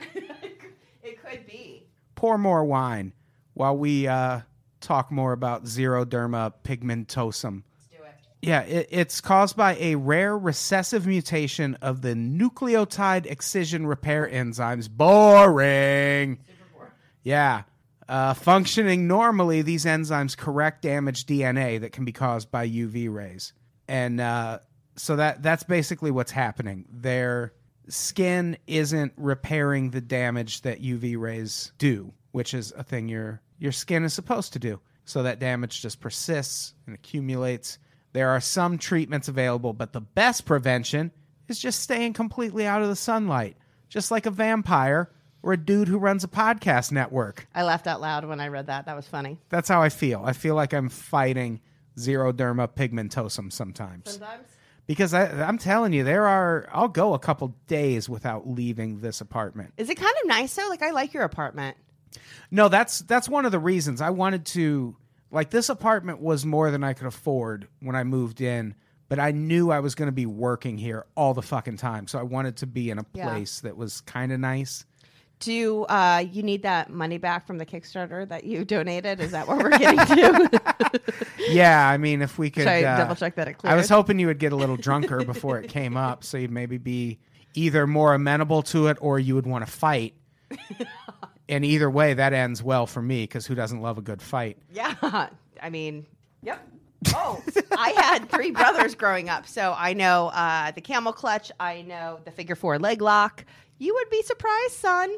C: it could be.
B: Pour more wine while we uh, talk more about xeroderma pigmentosum.
C: Let's do it.
B: Yeah, it, it's caused by a rare recessive mutation of the nucleotide excision repair enzymes. Boring. Yeah. Uh, functioning normally, these enzymes correct damaged DNA that can be caused by UV rays, and uh, so that that's basically what's happening. Their skin isn't repairing the damage that UV rays do, which is a thing your your skin is supposed to do. So that damage just persists and accumulates. There are some treatments available, but the best prevention is just staying completely out of the sunlight, just like a vampire or a dude who runs a podcast network.
C: I laughed out loud when I read that. That was funny.
B: That's how I feel. I feel like I'm fighting xeroderma pigmentosum sometimes.
C: Sometimes.
B: Because I, I'm telling you, there are, I'll go a couple days without leaving this apartment.
C: Is it kind of nice though? Like I like your apartment.
B: No, that's that's one of the reasons I wanted to like this apartment was more than I could afford when I moved in, but I knew I was going to be working here all the fucking time, so I wanted to be in a
C: Yeah.
B: place that was kind of nice.
C: Do uh, you need that money back from the Kickstarter that you donated? Is that what we're getting to?
B: Yeah, I mean, if we could
C: Should I
B: uh,
C: double check that it
B: I was
C: cleared?
B: hoping you would get a little drunker before it came up, so you'd maybe be either more amenable to it or you would want to fight. and either way, that ends well for me because who doesn't love a good fight?
C: yeah. I mean, yep. Oh, I had three brothers growing up, so I know uh, the camel clutch. I know the figure four leg lock. You would be surprised, son.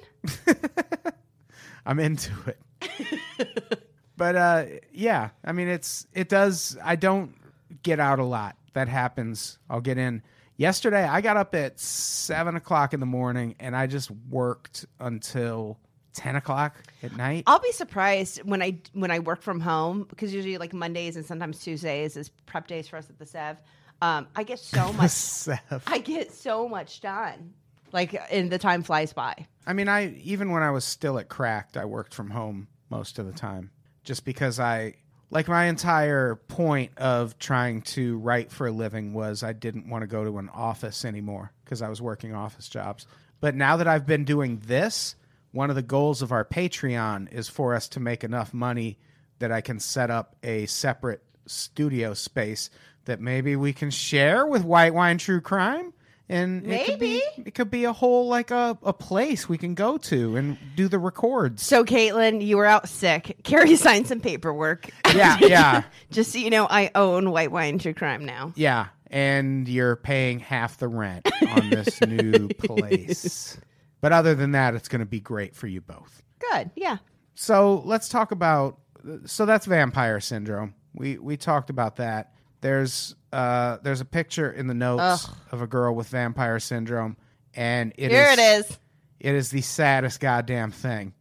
B: I'm into it. but uh, yeah, I mean, it's it does. I don't get out a lot. That happens. I'll get in. Yesterday, I got up at seven o'clock in the morning and I just worked until ten o'clock at night.
C: I'll be surprised when I when I work from home because usually like Mondays and sometimes Tuesdays is prep days for us at the Sev. Um, I get so much.
B: Seth.
C: I get so much done. Like, and the time flies by.
B: I mean, I even when I was still at Cracked, I worked from home most of the time, just because I like my entire point of trying to write for a living was I didn't want to go to an office anymore because I was working office jobs. But now that I've been doing this, one of the goals of our Patreon is for us to make enough money that I can set up a separate studio space that maybe we can share with White Wine True Crime. And it could be, it could be a whole like a, a place we can go to and do the records.
C: So, Caitlin, you were out sick. Carrie signed some paperwork.
B: Yeah, yeah.
C: Just so you know, I own White Wine True Crime now.
B: Yeah, and you're paying half the rent on this new place. But other than that, it's going to be great for you both.
C: Good. Yeah.
B: So let's talk about. So that's vampire syndrome. We we talked about that. There's uh there's a picture in the notes of a girl with vampire syndrome, and it
C: Here it is.
B: It is the saddest goddamn thing.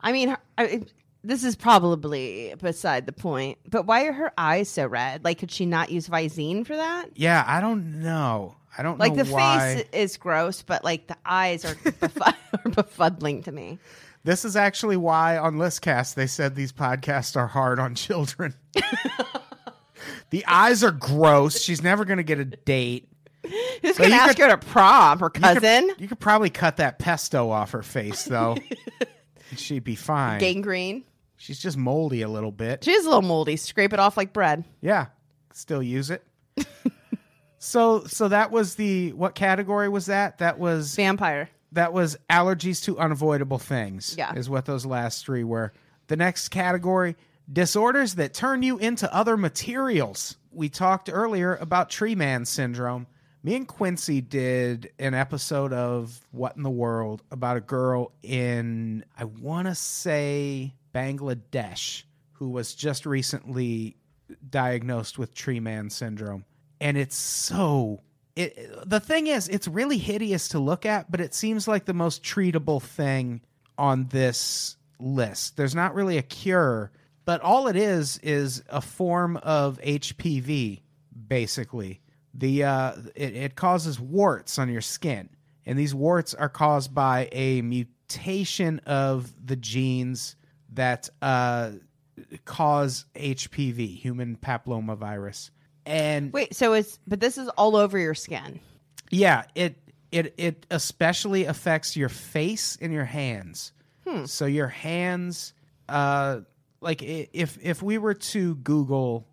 C: I mean, her- I, this is probably beside the point, but why are her eyes so red? Like, could she not use Visine for that?
B: Yeah, I don't know. I don't
C: Like,
B: know
C: the
B: Oh, why.
C: face is gross, but like the eyes are, befud- are befuddling to me.
B: This is actually why on Listcast they said these podcasts are hard on children. the eyes are gross. She's never going to get a date.
C: Who's
B: But
C: going to
B: you
C: ask
B: could-
C: her to prom? Her
B: You could-
C: cousin?
B: You could, probably cut that pesto off her face, though. And She'd be fine.
C: Gangrene.
B: She's just moldy a little bit.
C: She is a little moldy. Scrape it off like bread.
B: Yeah, still use it. so, so that was the what category was that? That was
C: Vampire.
B: that was allergies to unavoidable things.
C: Yeah.
B: Is what those last three were. The next category disorders that turn you into other materials. We talked earlier about tree man syndrome. Me and Quincy did an episode of What in the World about a girl in, I want to say, Bangladesh who was just recently diagnosed with tree man syndrome. And it's so it, the thing is, it's really hideous to look at, but it seems like the most treatable thing on this list. There's not really a cure, but all it is is a form of HPV, basically. The uh, it, it causes warts on your skin, and these warts are caused by a mutation of the genes that uh, cause HPV, human papillomavirus. And
C: Wait, so it's, but this is all over your skin.
B: yeah, it it it especially affects your face and your hands.
C: Hmm.
B: So your hands, uh, like i- if if we were to Google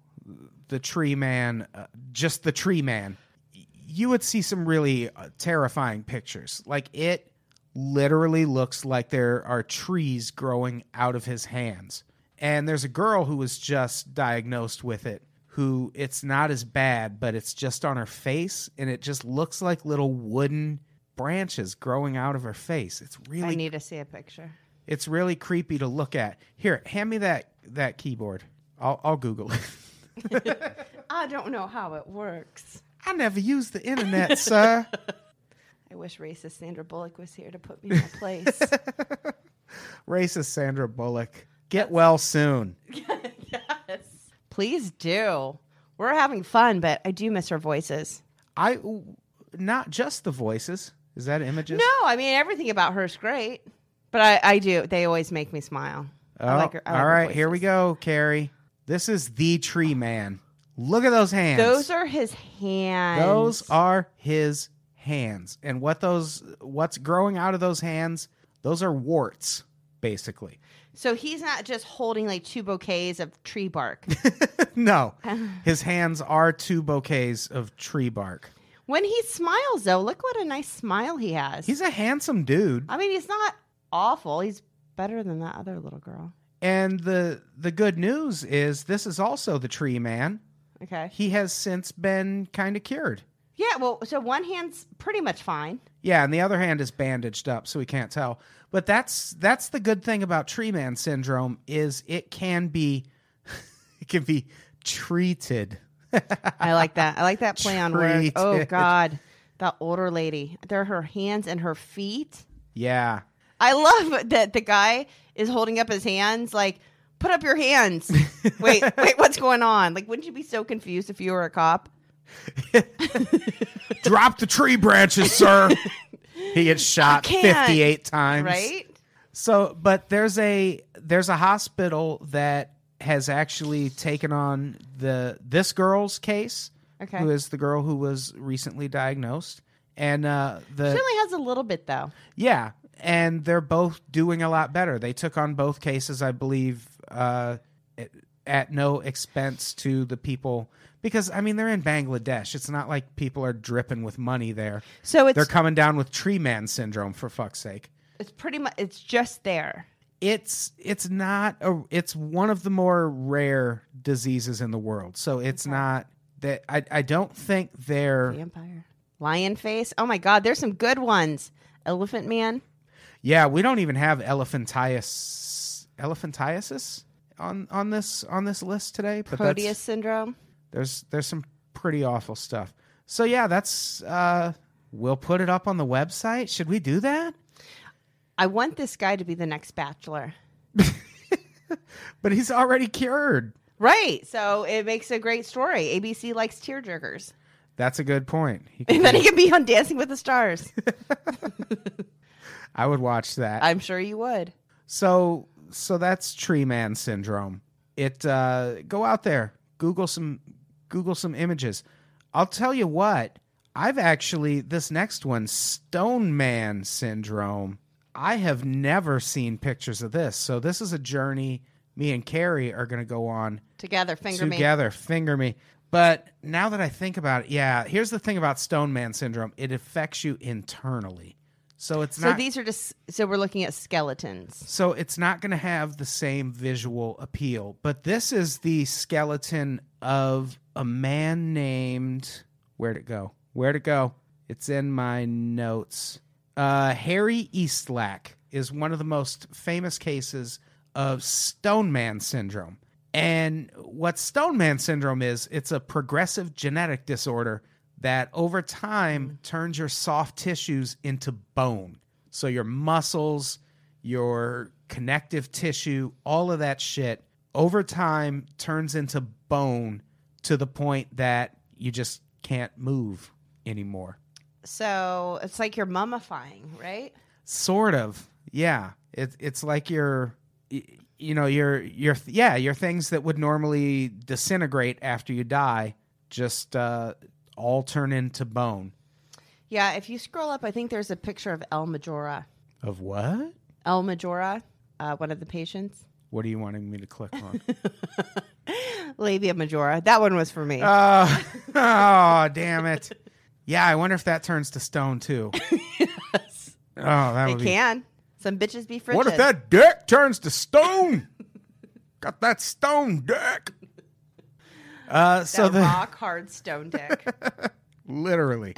B: the Tree Man, uh, just the Tree Man, y- you would see some really uh, terrifying pictures. Like it literally looks like there are trees growing out of his hands. And there's a girl who was just diagnosed with it who it's not as bad, but it's just on her face and it just looks like little wooden branches growing out of her face. It's
C: I
B: really
C: need to see a picture.
B: it's really creepy to look at. Here, hand me that that keyboard. I'll I'll Google it.
C: I don't know how it works.
B: I never use the internet, sir.
C: I wish racist Sandra Bullock was here to put me in my place.
B: Racist Sandra Bullock. Get well soon.
C: yes. Please do. We're having fun, but I do miss her voices.
B: I not just the voices. Is that images?
C: No, I mean everything about her is great, but I, I do. They always make me smile. I
B: Oh,
C: like her. I like
B: all
C: her
B: right, here we
C: voices.
B: go, Carrie. This is the tree man. Look at those hands.
C: Those are his hands.
B: those are his hands. And what those what's growing out of those hands? Those are warts, basically.
C: So he's not just holding like two bouquets of tree bark.
B: no. His hands are two bouquets of tree bark.
C: when he smiles, though, look what a nice smile he has.
B: He's a handsome dude.
C: I mean, he's not awful. He's better than that other little girl.
B: And the the good news is this is also the tree man.
C: Okay.
B: He has since been kind of cured.
C: Yeah. Well, so one hand's pretty much fine.
B: Yeah, and the other hand is bandaged up, so we can't tell. But that's that's the good thing about tree man syndrome is it can be it can be treated.
C: I like that. I like that play on words. Oh
B: Treated.
C: God, that older lady. They're her hands and her feet.
B: Yeah.
C: I love that the guy is holding up his hands like, put up your hands. wait, wait, what's going on? Like, wouldn't you be so confused if you were a cop?
B: Drop the tree branches, sir. he gets shot
C: I can't.
B: 58 times.
C: Right?
B: So, but there's a there's a hospital that has actually taken on the this girl's case,
C: Okay.
B: who is the girl who was recently diagnosed, and uh, the
C: She only has a little bit though.
B: yeah, and they're both doing a lot better. They took on both cases, I believe, uh, at no expense to the people because I mean they're in Bangladesh. It's not like people are dripping with money there.
C: So
B: They're
C: it's
B: coming down with tree man syndrome for fuck's sake.
C: it's pretty much it's just there.
B: It's it's not a it's one of the more rare diseases in the world. So it's not that I I don't think they're
C: Vampire, lion face. Oh my god, there's some good ones. Elephant man.
B: Yeah, we don't even have elephantiasis elephantiasis on on this on this list today, but
C: Proteus
B: that's
C: syndrome.
B: there's there's some pretty awful stuff. So yeah, that's uh we'll put it up on the website. Should we do that?
C: I want this guy to be the next bachelor.
B: But he's already cured.
C: Right. So it makes a great story. ABC likes tearjerkers.
B: That's a good point. He
C: And then
B: could-
C: he can be on Dancing with the Stars.
B: I would watch that.
C: I'm sure you would.
B: So so that's tree man syndrome. It uh, go out there, Google some Google some images. I'll tell you what, I've actually this next one, Stone Man syndrome. I have never seen pictures of this. So this is a journey me and Carrie are gonna go on
C: Together, finger me.
B: together. Finger me. But now that I think about it, yeah, here's the thing about Stone Man syndrome. It affects you internally. So it's
C: So
B: not
C: these are just so we're looking at skeletons.
B: so it's not going to have the same visual appeal, but this is the skeleton of a man named. Where'd it go? Where'd it go? It's in my notes. Uh, Harry Eastlack is one of the most famous cases of Stoneman syndrome. And what Stoneman syndrome is, it's a progressive genetic disorder that over time turns your soft tissues into bone. So your muscles, your connective tissue, all of that shit over time turns into bone to the point that you just can't move anymore.
C: So it's like you're mummifying, right?
B: Sort of. Yeah. It, it's like your, y- you know, your, your, yeah, your things that would normally disintegrate after you die just uh, all turn into bone.
C: Yeah, if you scroll up, I think there's a picture of El Majora.
B: Of what?
C: El Majora, uh, one of the patients.
B: What are you wanting me to click on?
C: Labia Majora. That one was for me.
B: Uh, oh, damn it. Yeah, I wonder if that turns to stone too. Oh, that
C: it
B: would be.
C: can. Some bitches be frigid.
B: What if that dick turns to stone? Got that stone dick. Uh,
C: That
B: so the
C: rock hard stone dick.
B: literally.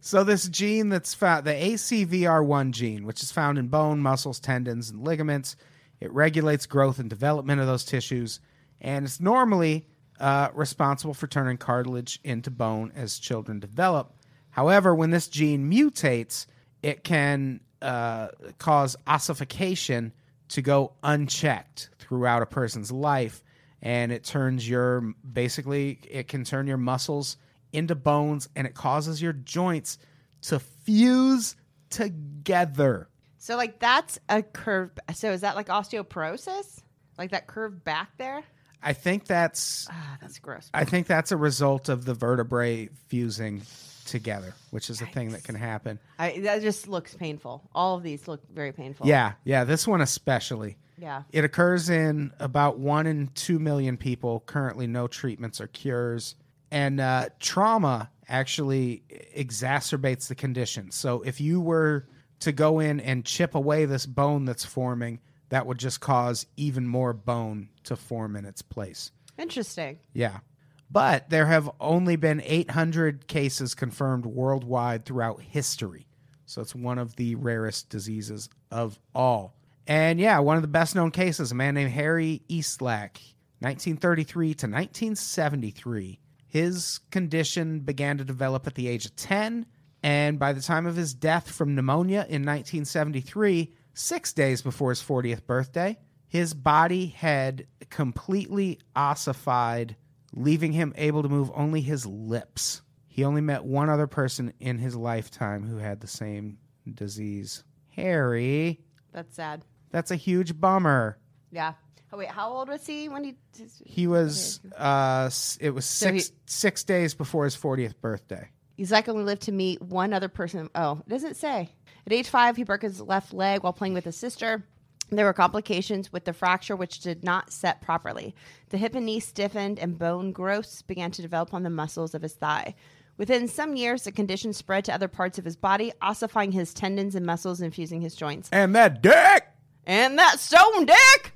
B: so this gene that's found, the ACVR1 gene, which is found in bone, muscles, tendons, and ligaments, it regulates growth and development of those tissues, and it's normally uh, responsible for turning cartilage into bone as children develop. However, when this gene mutates, it can uh, cause ossification to go unchecked throughout a person's life and it turns your basically it can turn your muscles into bones and it causes your joints to fuse together
C: so like that's a curve. So is that like osteoporosis? Like that curve back there?
B: i think that's
C: Ah, that's gross.
B: i think that's a result of the vertebrae fusing together which is a thing that can happen
C: I, that just looks painful. All of these look very painful.
B: yeah yeah this one especially
C: Yeah.
B: It occurs in about one in two million people. Currently, no treatments or cures. And uh, trauma actually exacerbates the condition. So, if you were to go in and chip away this bone that's forming, that would just cause even more bone to form in its place.
C: Interesting.
B: Yeah. But there have only been 800 cases confirmed worldwide throughout history. So it's one of the rarest diseases of all. And yeah, one of the best known cases, a man named Harry Eastlack, 1933 to 1973. His condition began to develop at the age of 10. And by the time of his death from pneumonia in 1973, six days before his 40th birthday, his body had completely ossified, leaving him able to move only his lips. He only met one other person in his lifetime who had the same disease. Harry,
C: That's sad.
B: that's a huge bummer.
C: Yeah. Oh wait, how old was he when he?
B: He was uh s- it was
C: So
B: 6 6 days before his 40th birthday.
C: Isaac only lived to meet one other person. Oh, it doesn't say. At age five, he broke his left leg while playing with his sister. There were complications with the fracture, which did not set properly. The hip and knee stiffened, and bone growths began to develop on the muscles of his thigh. Within some years, the condition spread to other parts of his body, ossifying his tendons and muscles and fusing his joints.
B: And that dick.
C: And that stone dick!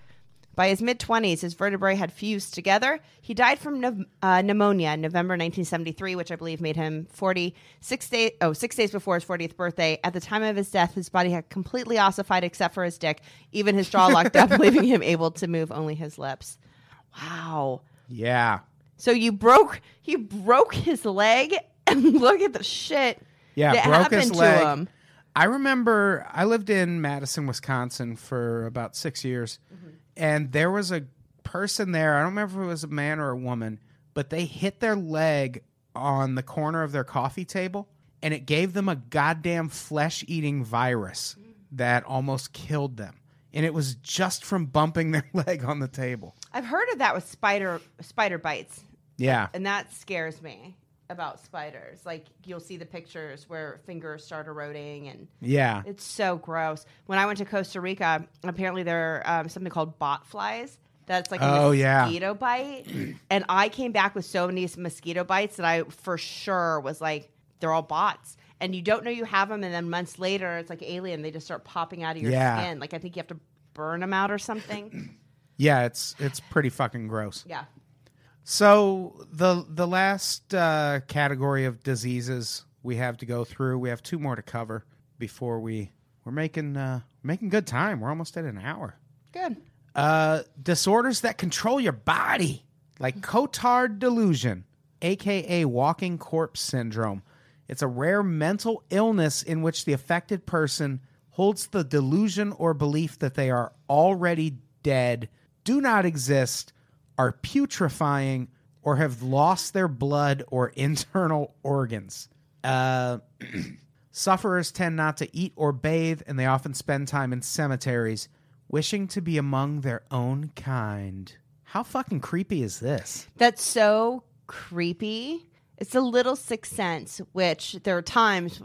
C: By his mid 20s, his vertebrae had fused together. He died from pneum- uh, pneumonia in November 1973, which I believe made him 40, six, day, oh, six days before his 40th birthday. At the time of his death, his body had completely ossified except for his dick, even his jaw locked up, leaving him able to move only his lips. Wow.
B: Yeah.
C: So you broke, he broke his leg, and look at the shit
B: Yeah,
C: that
B: broke
C: happened
B: his
C: to
B: leg.
C: him.
B: I remember I lived in Madison, Wisconsin for about six years, and there was a person there. I don't remember if it was a man or a woman, but they hit their leg on the corner of their coffee table, and it gave them a goddamn flesh eating virus that almost killed them. And it was just from bumping their leg on the table.
C: I've heard of that with spider spider bites.
B: Yeah.
C: and that scares me about spiders. Like you'll see the pictures where fingers start eroding, and
B: Yeah.
C: it's so gross. When I went to Costa Rica, apparently there are um, something called bot flies. That's like a
B: Oh, yeah.
C: mosquito bite, and I came back with so many mosquito bites that I for sure was like, they're all bots. And you don't know you have them, and then months later, it's like alien. They just start popping out of your
B: Yeah.
C: skin. Like I think you have to burn them out or something.
B: Yeah, it's it's pretty fucking gross.
C: yeah.
B: So the the last uh, category of diseases we have to go through. We have two more to cover before we we're making uh, making good time. We're almost at an hour.
C: Good.
B: Uh, disorders that control your body, like Cotard delusion, aka walking corpse syndrome. It's a rare mental illness in which the affected person holds the delusion or belief that they are already dead, do not exist, are putrefying, or have lost their blood or internal organs. Uh, Sufferers tend not to eat or bathe, and they often spend time in cemeteries, wishing to be among their own kind. How fucking creepy is this?
C: That's so creepy. It's a little sixth sense, which there are times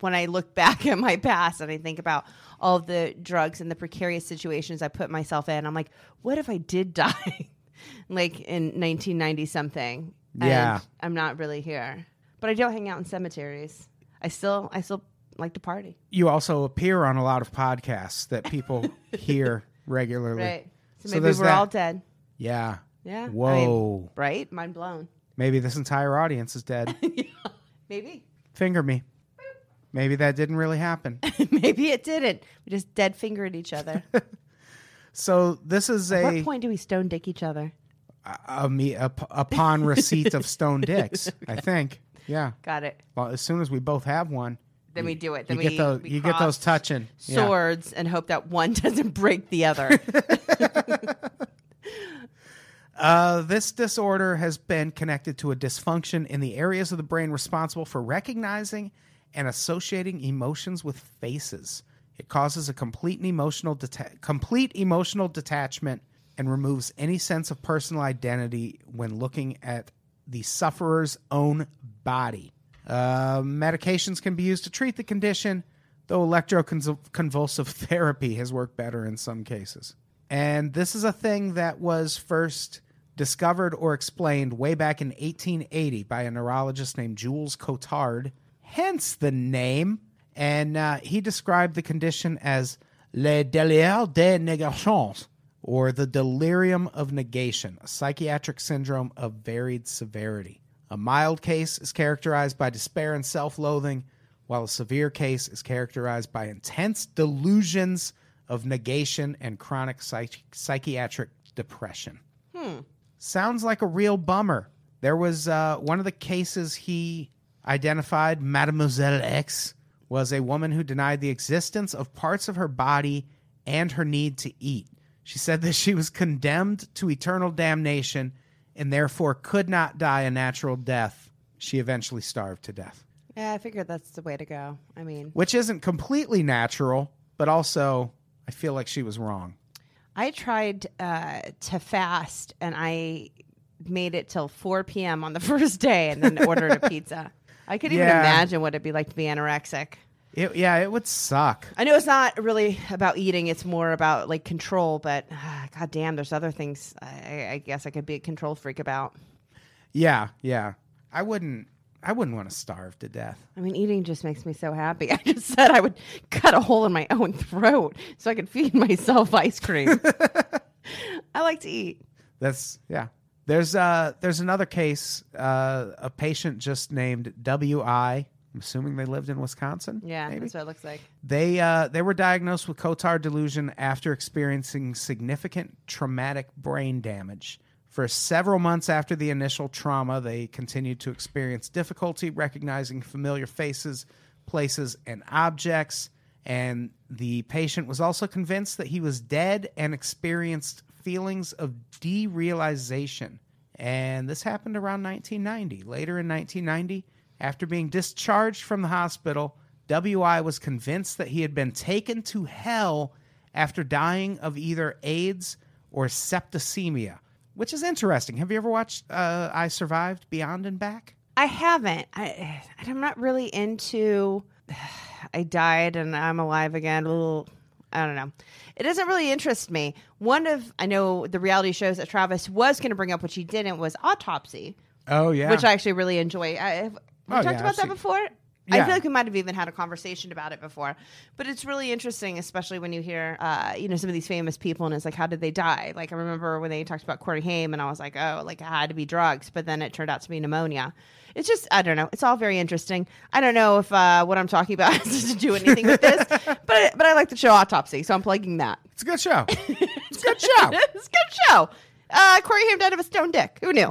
C: when I look back at my past and I think about all of the drugs and the precarious situations I put myself in. I'm like, what if I did die, like in 1990 something?
B: Yeah.
C: and I'm not really here, but I don't hang out in cemeteries. I still, I still like to party,
B: You also appear on a lot of podcasts that people hear regularly.
C: right? So
B: So
C: maybe
B: there's
C: we're all
B: that.
C: dead.
B: Yeah.
C: Yeah. I mean,
B: Whoa.
C: right? Mind blown.
B: Maybe this entire audience is dead.
C: Maybe.
B: Finger me. Maybe that didn't really happen.
C: maybe it didn't. We just dead fingered each other.
B: So this is
C: At what
B: a,
C: point do we stone dick each other?
B: a, me a upon receipt of stone dicks, I think. Yeah.
C: Got it.
B: Well, as soon as we both have one,
C: Then we do it. Then
B: you
C: we
B: get those.
C: we
B: You get
C: cross
B: those touching. Yeah.
C: swords and hope that one doesn't break the other.
B: Uh, this disorder has been connected to a dysfunction in the areas of the brain responsible for recognizing and associating emotions with faces. It causes a complete emotional deta- complete emotional detachment and removes any sense of personal identity when looking at the sufferer's own body. Uh, medications can be used to treat the condition, though electroconvulsive therapy has worked better in some cases. And this is a thing that was first discovered or explained way back in 1880 by a neurologist named Jules Cotard, hence the name. And uh, he described the condition as le délire de négation, or the delirium of negation, a psychiatric syndrome of varied severity. A mild case is characterized by despair and self loathing, while a severe case is characterized by intense delusions of negation and chronic psych- psychiatric depression. Sounds like a real bummer. There was uh, one of the cases he identified, Mademoiselle X, was a woman who denied the existence of parts of her body and her need to eat. She said that she was condemned to eternal damnation and therefore could not die a natural death. She eventually starved to death,
C: yeah, I figured that's the way to go. I mean,
B: which isn't completely natural, but also I feel like she was wrong.
C: I tried uh, to fast and I made it till 4 p.m. on the first day and then ordered a pizza. I could even
B: Yeah.
C: imagine what it'd be like to be anorexic.
B: It, yeah, it would suck.
C: I know it's not really about eating; it's more about like control. But ah, god damn, there's other things I- I, I guess I could be a control freak about.
B: Yeah, yeah. I wouldn't. I wouldn't want to starve to death.
C: I mean, eating just makes me so happy. I just said I would cut a hole in my own throat so I could feed myself ice cream. I like to eat.
B: That's yeah. There's uh there's another case uh a patient just named WI. I'm assuming they lived in Wisconsin.
C: Yeah,
B: maybe?
C: that's what it looks like.
B: They uh, they were diagnosed with Cotard delusion after experiencing significant traumatic brain damage. For several months after the initial trauma, they continued to experience difficulty recognizing familiar faces, places, and objects. And the patient was also convinced that he was dead and experienced feelings of derealization. And this happened around 1990. Later in 1990, after being discharged from the hospital, WI was convinced that he had been taken to hell after dying of either AIDS or septicemia, which is interesting. Have you ever watched uh, I Survived Beyond and Back?
C: I haven't. I, I'm not really into. I died and I'm alive again. Ooh, I don't know. It doesn't really interest me. One of I know the reality shows that Travis was going to bring up, which he didn't, was autopsy,
B: Oh yeah,
C: which I actually really enjoy. I, have we
B: Oh,
C: talked
B: yeah,
C: about
B: I've
C: that
B: seen-
C: before. I
B: Yeah.
C: feel like we might have even had a conversation about it before, but it's really interesting, especially when you hear, uh, you know, some of these famous people, and it's like, how did they die? Like I remember when they talked about Corey Haim, and I was like, oh, like it had to be drugs, but then it turned out to be pneumonia. It's just, I don't know. It's all very interesting. I don't know if uh, what I'm talking about has to do anything with this, but but I like the show Autopsy, so I'm plugging that.
B: it's a good show. it's a good show.
C: it's a good show. Uh, Corey Haim died of a stone dick. Who knew?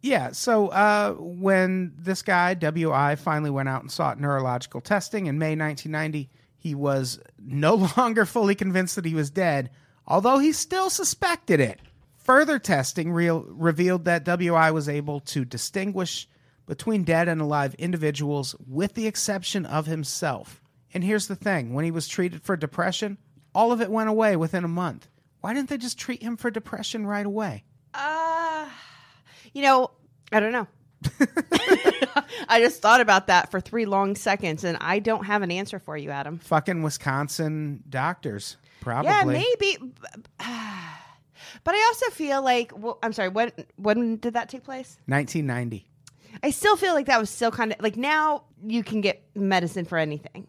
B: Yeah. So uh, when this guy WI finally went out and sought neurological testing in May 1990, he was no longer fully convinced that he was dead, although he still suspected it. Further testing real revealed that WI was able to distinguish between dead and alive individuals, with the exception of himself. And here's the thing: when he was treated for depression, all of it went away within a month. Why didn't they just treat him for depression right away?
C: Uh, you know, I don't know. I just thought about that for three long seconds, and I don't have an answer for you, Adam.
B: fucking Wisconsin doctors, probably.
C: Yeah, maybe. But I also feel like well, I'm sorry. When when did that take place?
B: 1990.
C: I still feel like that was still kind of like now you can get medicine for anything.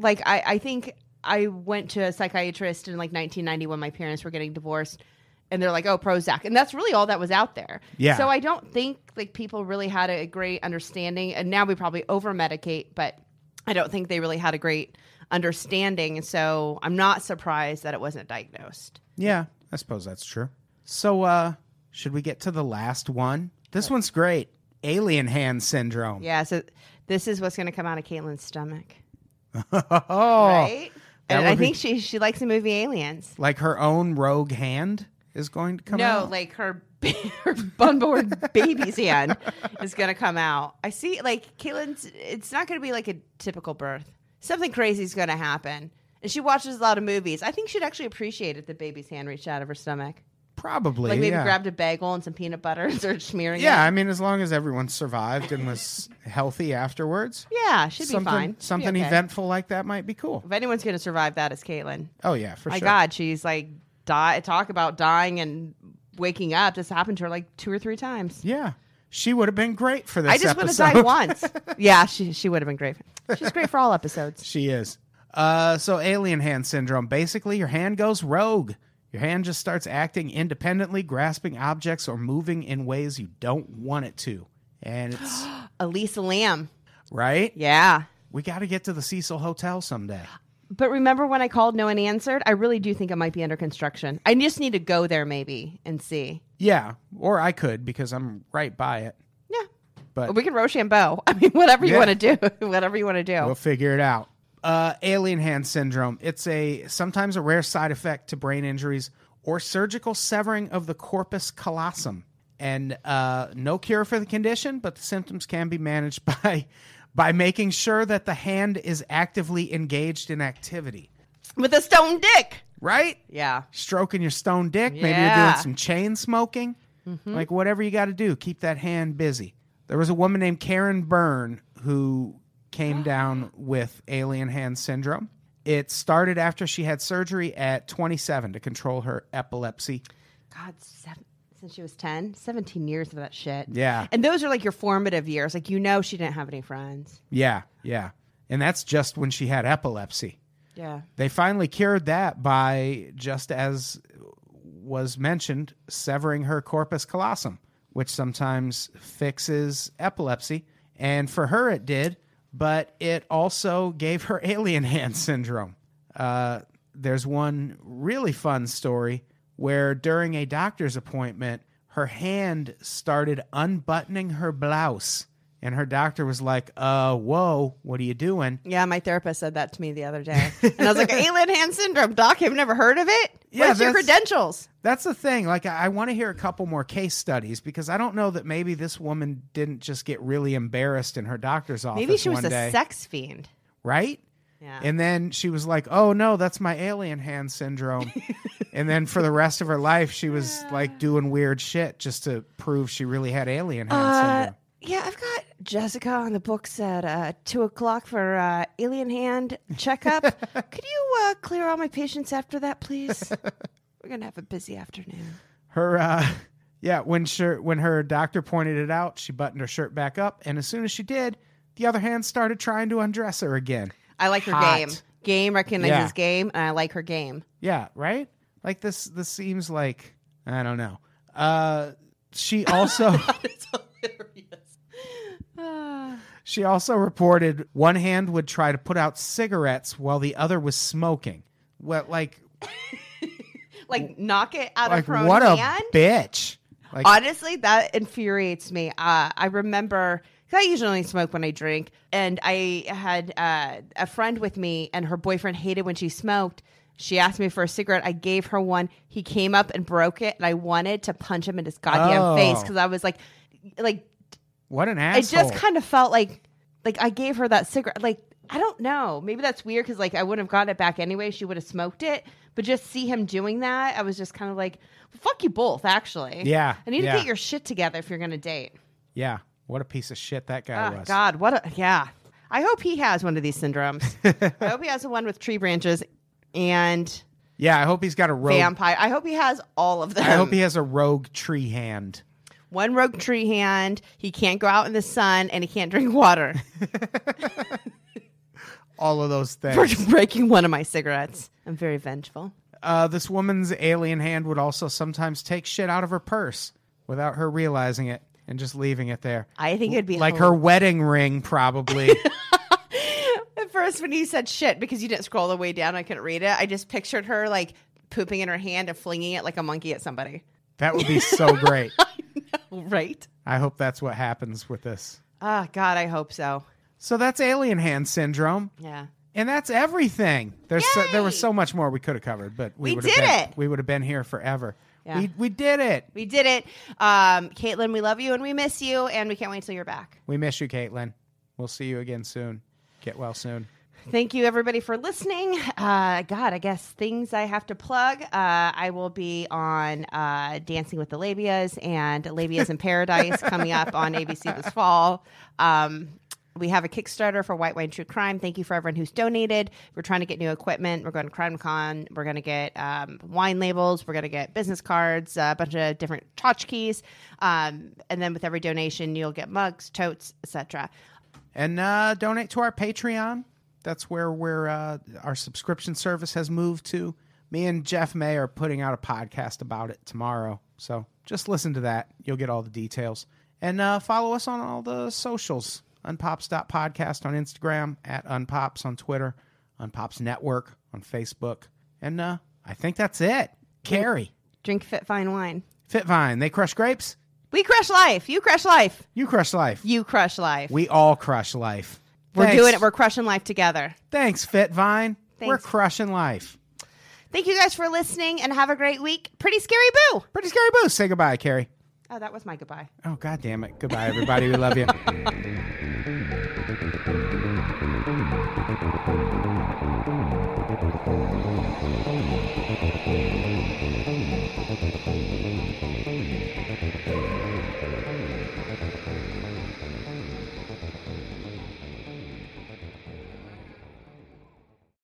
C: Like I, I think I went to a psychiatrist in like 1990 when my parents were getting divorced, and they're like, "Oh, Prozac," and that's really all that was out there.
B: Yeah.
C: So I don't think like people really had a great understanding, and now we probably over medicate, but I don't think they really had a great understanding. And so I'm not surprised that it wasn't diagnosed.
B: Yeah, I suppose that's true. So, uh, should we get to the last one? This one's great. Alien hand syndrome.
C: Yeah. So this is what's going to come out of Caitlin's stomach.
B: Oh,
C: right?
B: that
C: And I
B: would be-
C: think she she likes the movie Aliens.
B: like her own rogue hand is going to come
C: no,
B: out.
C: like her, her bunborn baby's hand is gonna come out. I see, like Caitlin's. It's not gonna be like a typical birth. Something crazy's gonna happen. And she watches a lot of movies. I think she'd actually appreciate if the baby's hand reached out of her stomach.
B: probably.
C: Like maybe
B: yeah.
C: grabbed a bagel and some peanut butter and started smearing
B: yeah,
C: it.
B: I mean, as long as everyone survived and was healthy afterwards,
C: Yeah, she'd be
B: something
C: fine. She'd be
B: something
C: okay.
B: eventful like that might be cool.
C: If anyone's gonna survive that, it's Caitlin.
B: Oh yeah, for
C: My
B: sure.
C: God, she's like die talk about dying and waking up. This happened to her like two or three times.
B: Yeah, she would have been great for this.
C: I just would have
B: episode.
C: died once. yeah, she she would have been great. She's great for all episodes.
B: She is. Uh, so alien hand syndrome. Basically, your hand goes rogue. Your hand just starts acting independently, grasping objects or moving in ways you don't want it to. And it's
C: Elisa Lamb.
B: right.
C: Yeah.
B: We got to get to the Cecil Hotel someday.
C: But remember when I called, no one answered? I really do think it might be under construction. I just need to go there maybe and see.
B: Yeah, or I could because I'm right by it.
C: Yeah.
B: But
C: We can Rochambeau. I mean, whatever you
B: Yeah.
C: want to do, whatever you want to do.
B: We'll figure it out. Uh, alien hand syndrome. It's a sometimes a rare side effect to brain injuries or surgical severing of the corpus callosum, and uh, no cure for the condition. But the symptoms can be managed by by making sure that the hand is actively engaged in activity.
C: With a stone dick.
B: Right?
C: Yeah.
B: Stroking your stone dick. Maybe you're
C: Yeah.
B: doing some chain smoking. Like whatever you got to do, keep that hand busy. There was a woman named Karen Byrne who came down with alien hand syndrome. It started after she had surgery at 27 to control her epilepsy.
C: God, seven, since she was 10, 17 years of that shit.
B: Yeah.
C: And those are like your formative years. Like, you know, she didn't have any friends.
B: Yeah, yeah. And that's just when she had epilepsy.
C: Yeah.
B: They finally cured that by, just as was mentioned, severing her corpus callosum, which sometimes fixes epilepsy. And for her, it did, but it also gave her alien hand syndrome. Uh, there's one really fun story where during a doctor's appointment, her hand started unbuttoning her blouse. And her doctor was like, uh, whoa, what are you doing?
C: Yeah, my therapist said that to me the other day. And I was like, alien hand syndrome, doc, I've never heard of it.
B: Yeah,
C: Where's your
B: that's-
C: credentials?
B: That's the thing. Like, I, I want to hear a couple more case studies because I don't know that maybe this woman didn't just get really embarrassed in her doctor's office.
C: Maybe she was
B: one
C: a
B: day,
C: sex fiend.
B: right?
C: Yeah.
B: And then she was like, "Oh no, that's my alien hand syndrome." and then for the rest of her life, she was like doing weird shit just to prove she really had alien hand
C: Uh,
B: syndrome.
C: yeah, I've got Jessica on the books at uh, two o'clock for uh, alien hand checkup. Could you uh, clear all my patients after that, please? We're gonna have a busy afternoon.
B: Her, uh, yeah, when shirt when her doctor pointed it out, she buttoned her shirt back up, and as soon as she did, the other hand started trying to undress her again.
C: I like her
B: Hot.
C: game. Game recognizes
B: Yeah.
C: game, and I like her game.
B: Yeah, right? Like this this seems like I don't know. Uh she also
C: it's hilarious. Ah.
B: she also reported one hand would try to put out cigarettes while the other was smoking. What like
C: like knock it out
B: like
C: of her own
B: what
C: hand.
B: a bitch. Like
C: Honestly, that infuriates me. Uh, I remember 'cause I usually only smoke when I drink, and I had uh, a friend with me, and her boyfriend hated when she smoked. She asked me for a cigarette. I gave her one. He came up and broke it, and I wanted to punch him in his goddamn
B: Oh.
C: face because I was like, like
B: what an
C: I
B: asshole.
C: just kind of felt like, like I gave her that cigarette. Like I don't know. Maybe that's weird because like I wouldn't have gotten it back anyway. She would have smoked it. But just see him doing that, I was just kind of like, fuck you both. Actually,
B: Yeah,
C: I need
B: yeah.
C: to get your shit together if you're gonna date.
B: yeah. What a piece of shit that guy
C: Oh
B: was.
C: God, what a yeah. I hope he has one of these syndromes. I hope he has the one with tree branches and
B: Yeah, I hope he's got a rogue
C: vampire. I hope he has all of them.
B: I hope he has a rogue tree hand.
C: one rogue tree hand. He can't go out in the sun and he can't drink water
B: All of those
C: for
B: things.
C: breaking one of my cigarettes. I'm very vengeful.
B: Uh, this woman's alien hand would also sometimes take shit out of her purse without her realizing it and just leaving it there.
C: I think it'd be
B: like her wedding ring, probably.
C: At first, when you said shit because you didn't scroll the way down, I couldn't read it. I just pictured her like pooping in her hand and flinging it like a monkey at somebody.
B: that would be so great.
C: Right?
B: I hope that's what happens with this.
C: Ah, God, I hope so.
B: So that's alien hand syndrome,
C: Yeah.
B: and that's everything. There's so, there was
C: Yay!
B: so much more we could have covered, but we,
C: We
B: would have
C: did
B: been,
C: it!
B: We would have been here forever.
C: Yeah.
B: We we did it.
C: We did it. Um, Caitlin, we love you and we miss you, and we can't wait till you're back.
B: We miss you, Caitlin. We'll see you again soon. Get well soon.
C: Thank you, everybody, for listening. Uh, God, I guess things I have to plug. Uh, I will be on uh, Dancing with the Labias and Labias in Paradise coming up on ABC this fall. Um, we have a Kickstarter for White Wine True Crime. Thank you for everyone who's donated. We're trying to get new equipment. We're going to CrimeCon. We're going to get um, wine labels. We're going to get business cards, a bunch of different tchotchkes. Um, and then with every donation, you'll get mugs, totes, etc.
B: and uh, donate to our Patreon. That's where we're, uh, our subscription service has moved to. Me and Jeff May are putting out a podcast about it tomorrow. So just listen to that. You'll get all the details. And uh, follow us on all the socials unpops.podcast on Instagram, at unpops on Twitter, unpops network on Facebook. And uh, I think that's it. Carrie,
C: Drink fit, fine wine.
B: Fitvine, they crush grapes.
C: We crush life. You crush life.
B: You crush life.
C: You crush life.
B: We all crush life.
C: We're
B: Thanks.
C: doing it. We're crushing life together.
B: Thanks, Fitvine. We're
C: Thanks.
B: crushing life.
C: Thank you guys for listening and have a great week. Pretty scary boo.
B: Pretty scary boo. Say goodbye, Carrie.
C: Oh, that was my goodbye.
B: Oh, god damn it. Goodbye, everybody. We love you.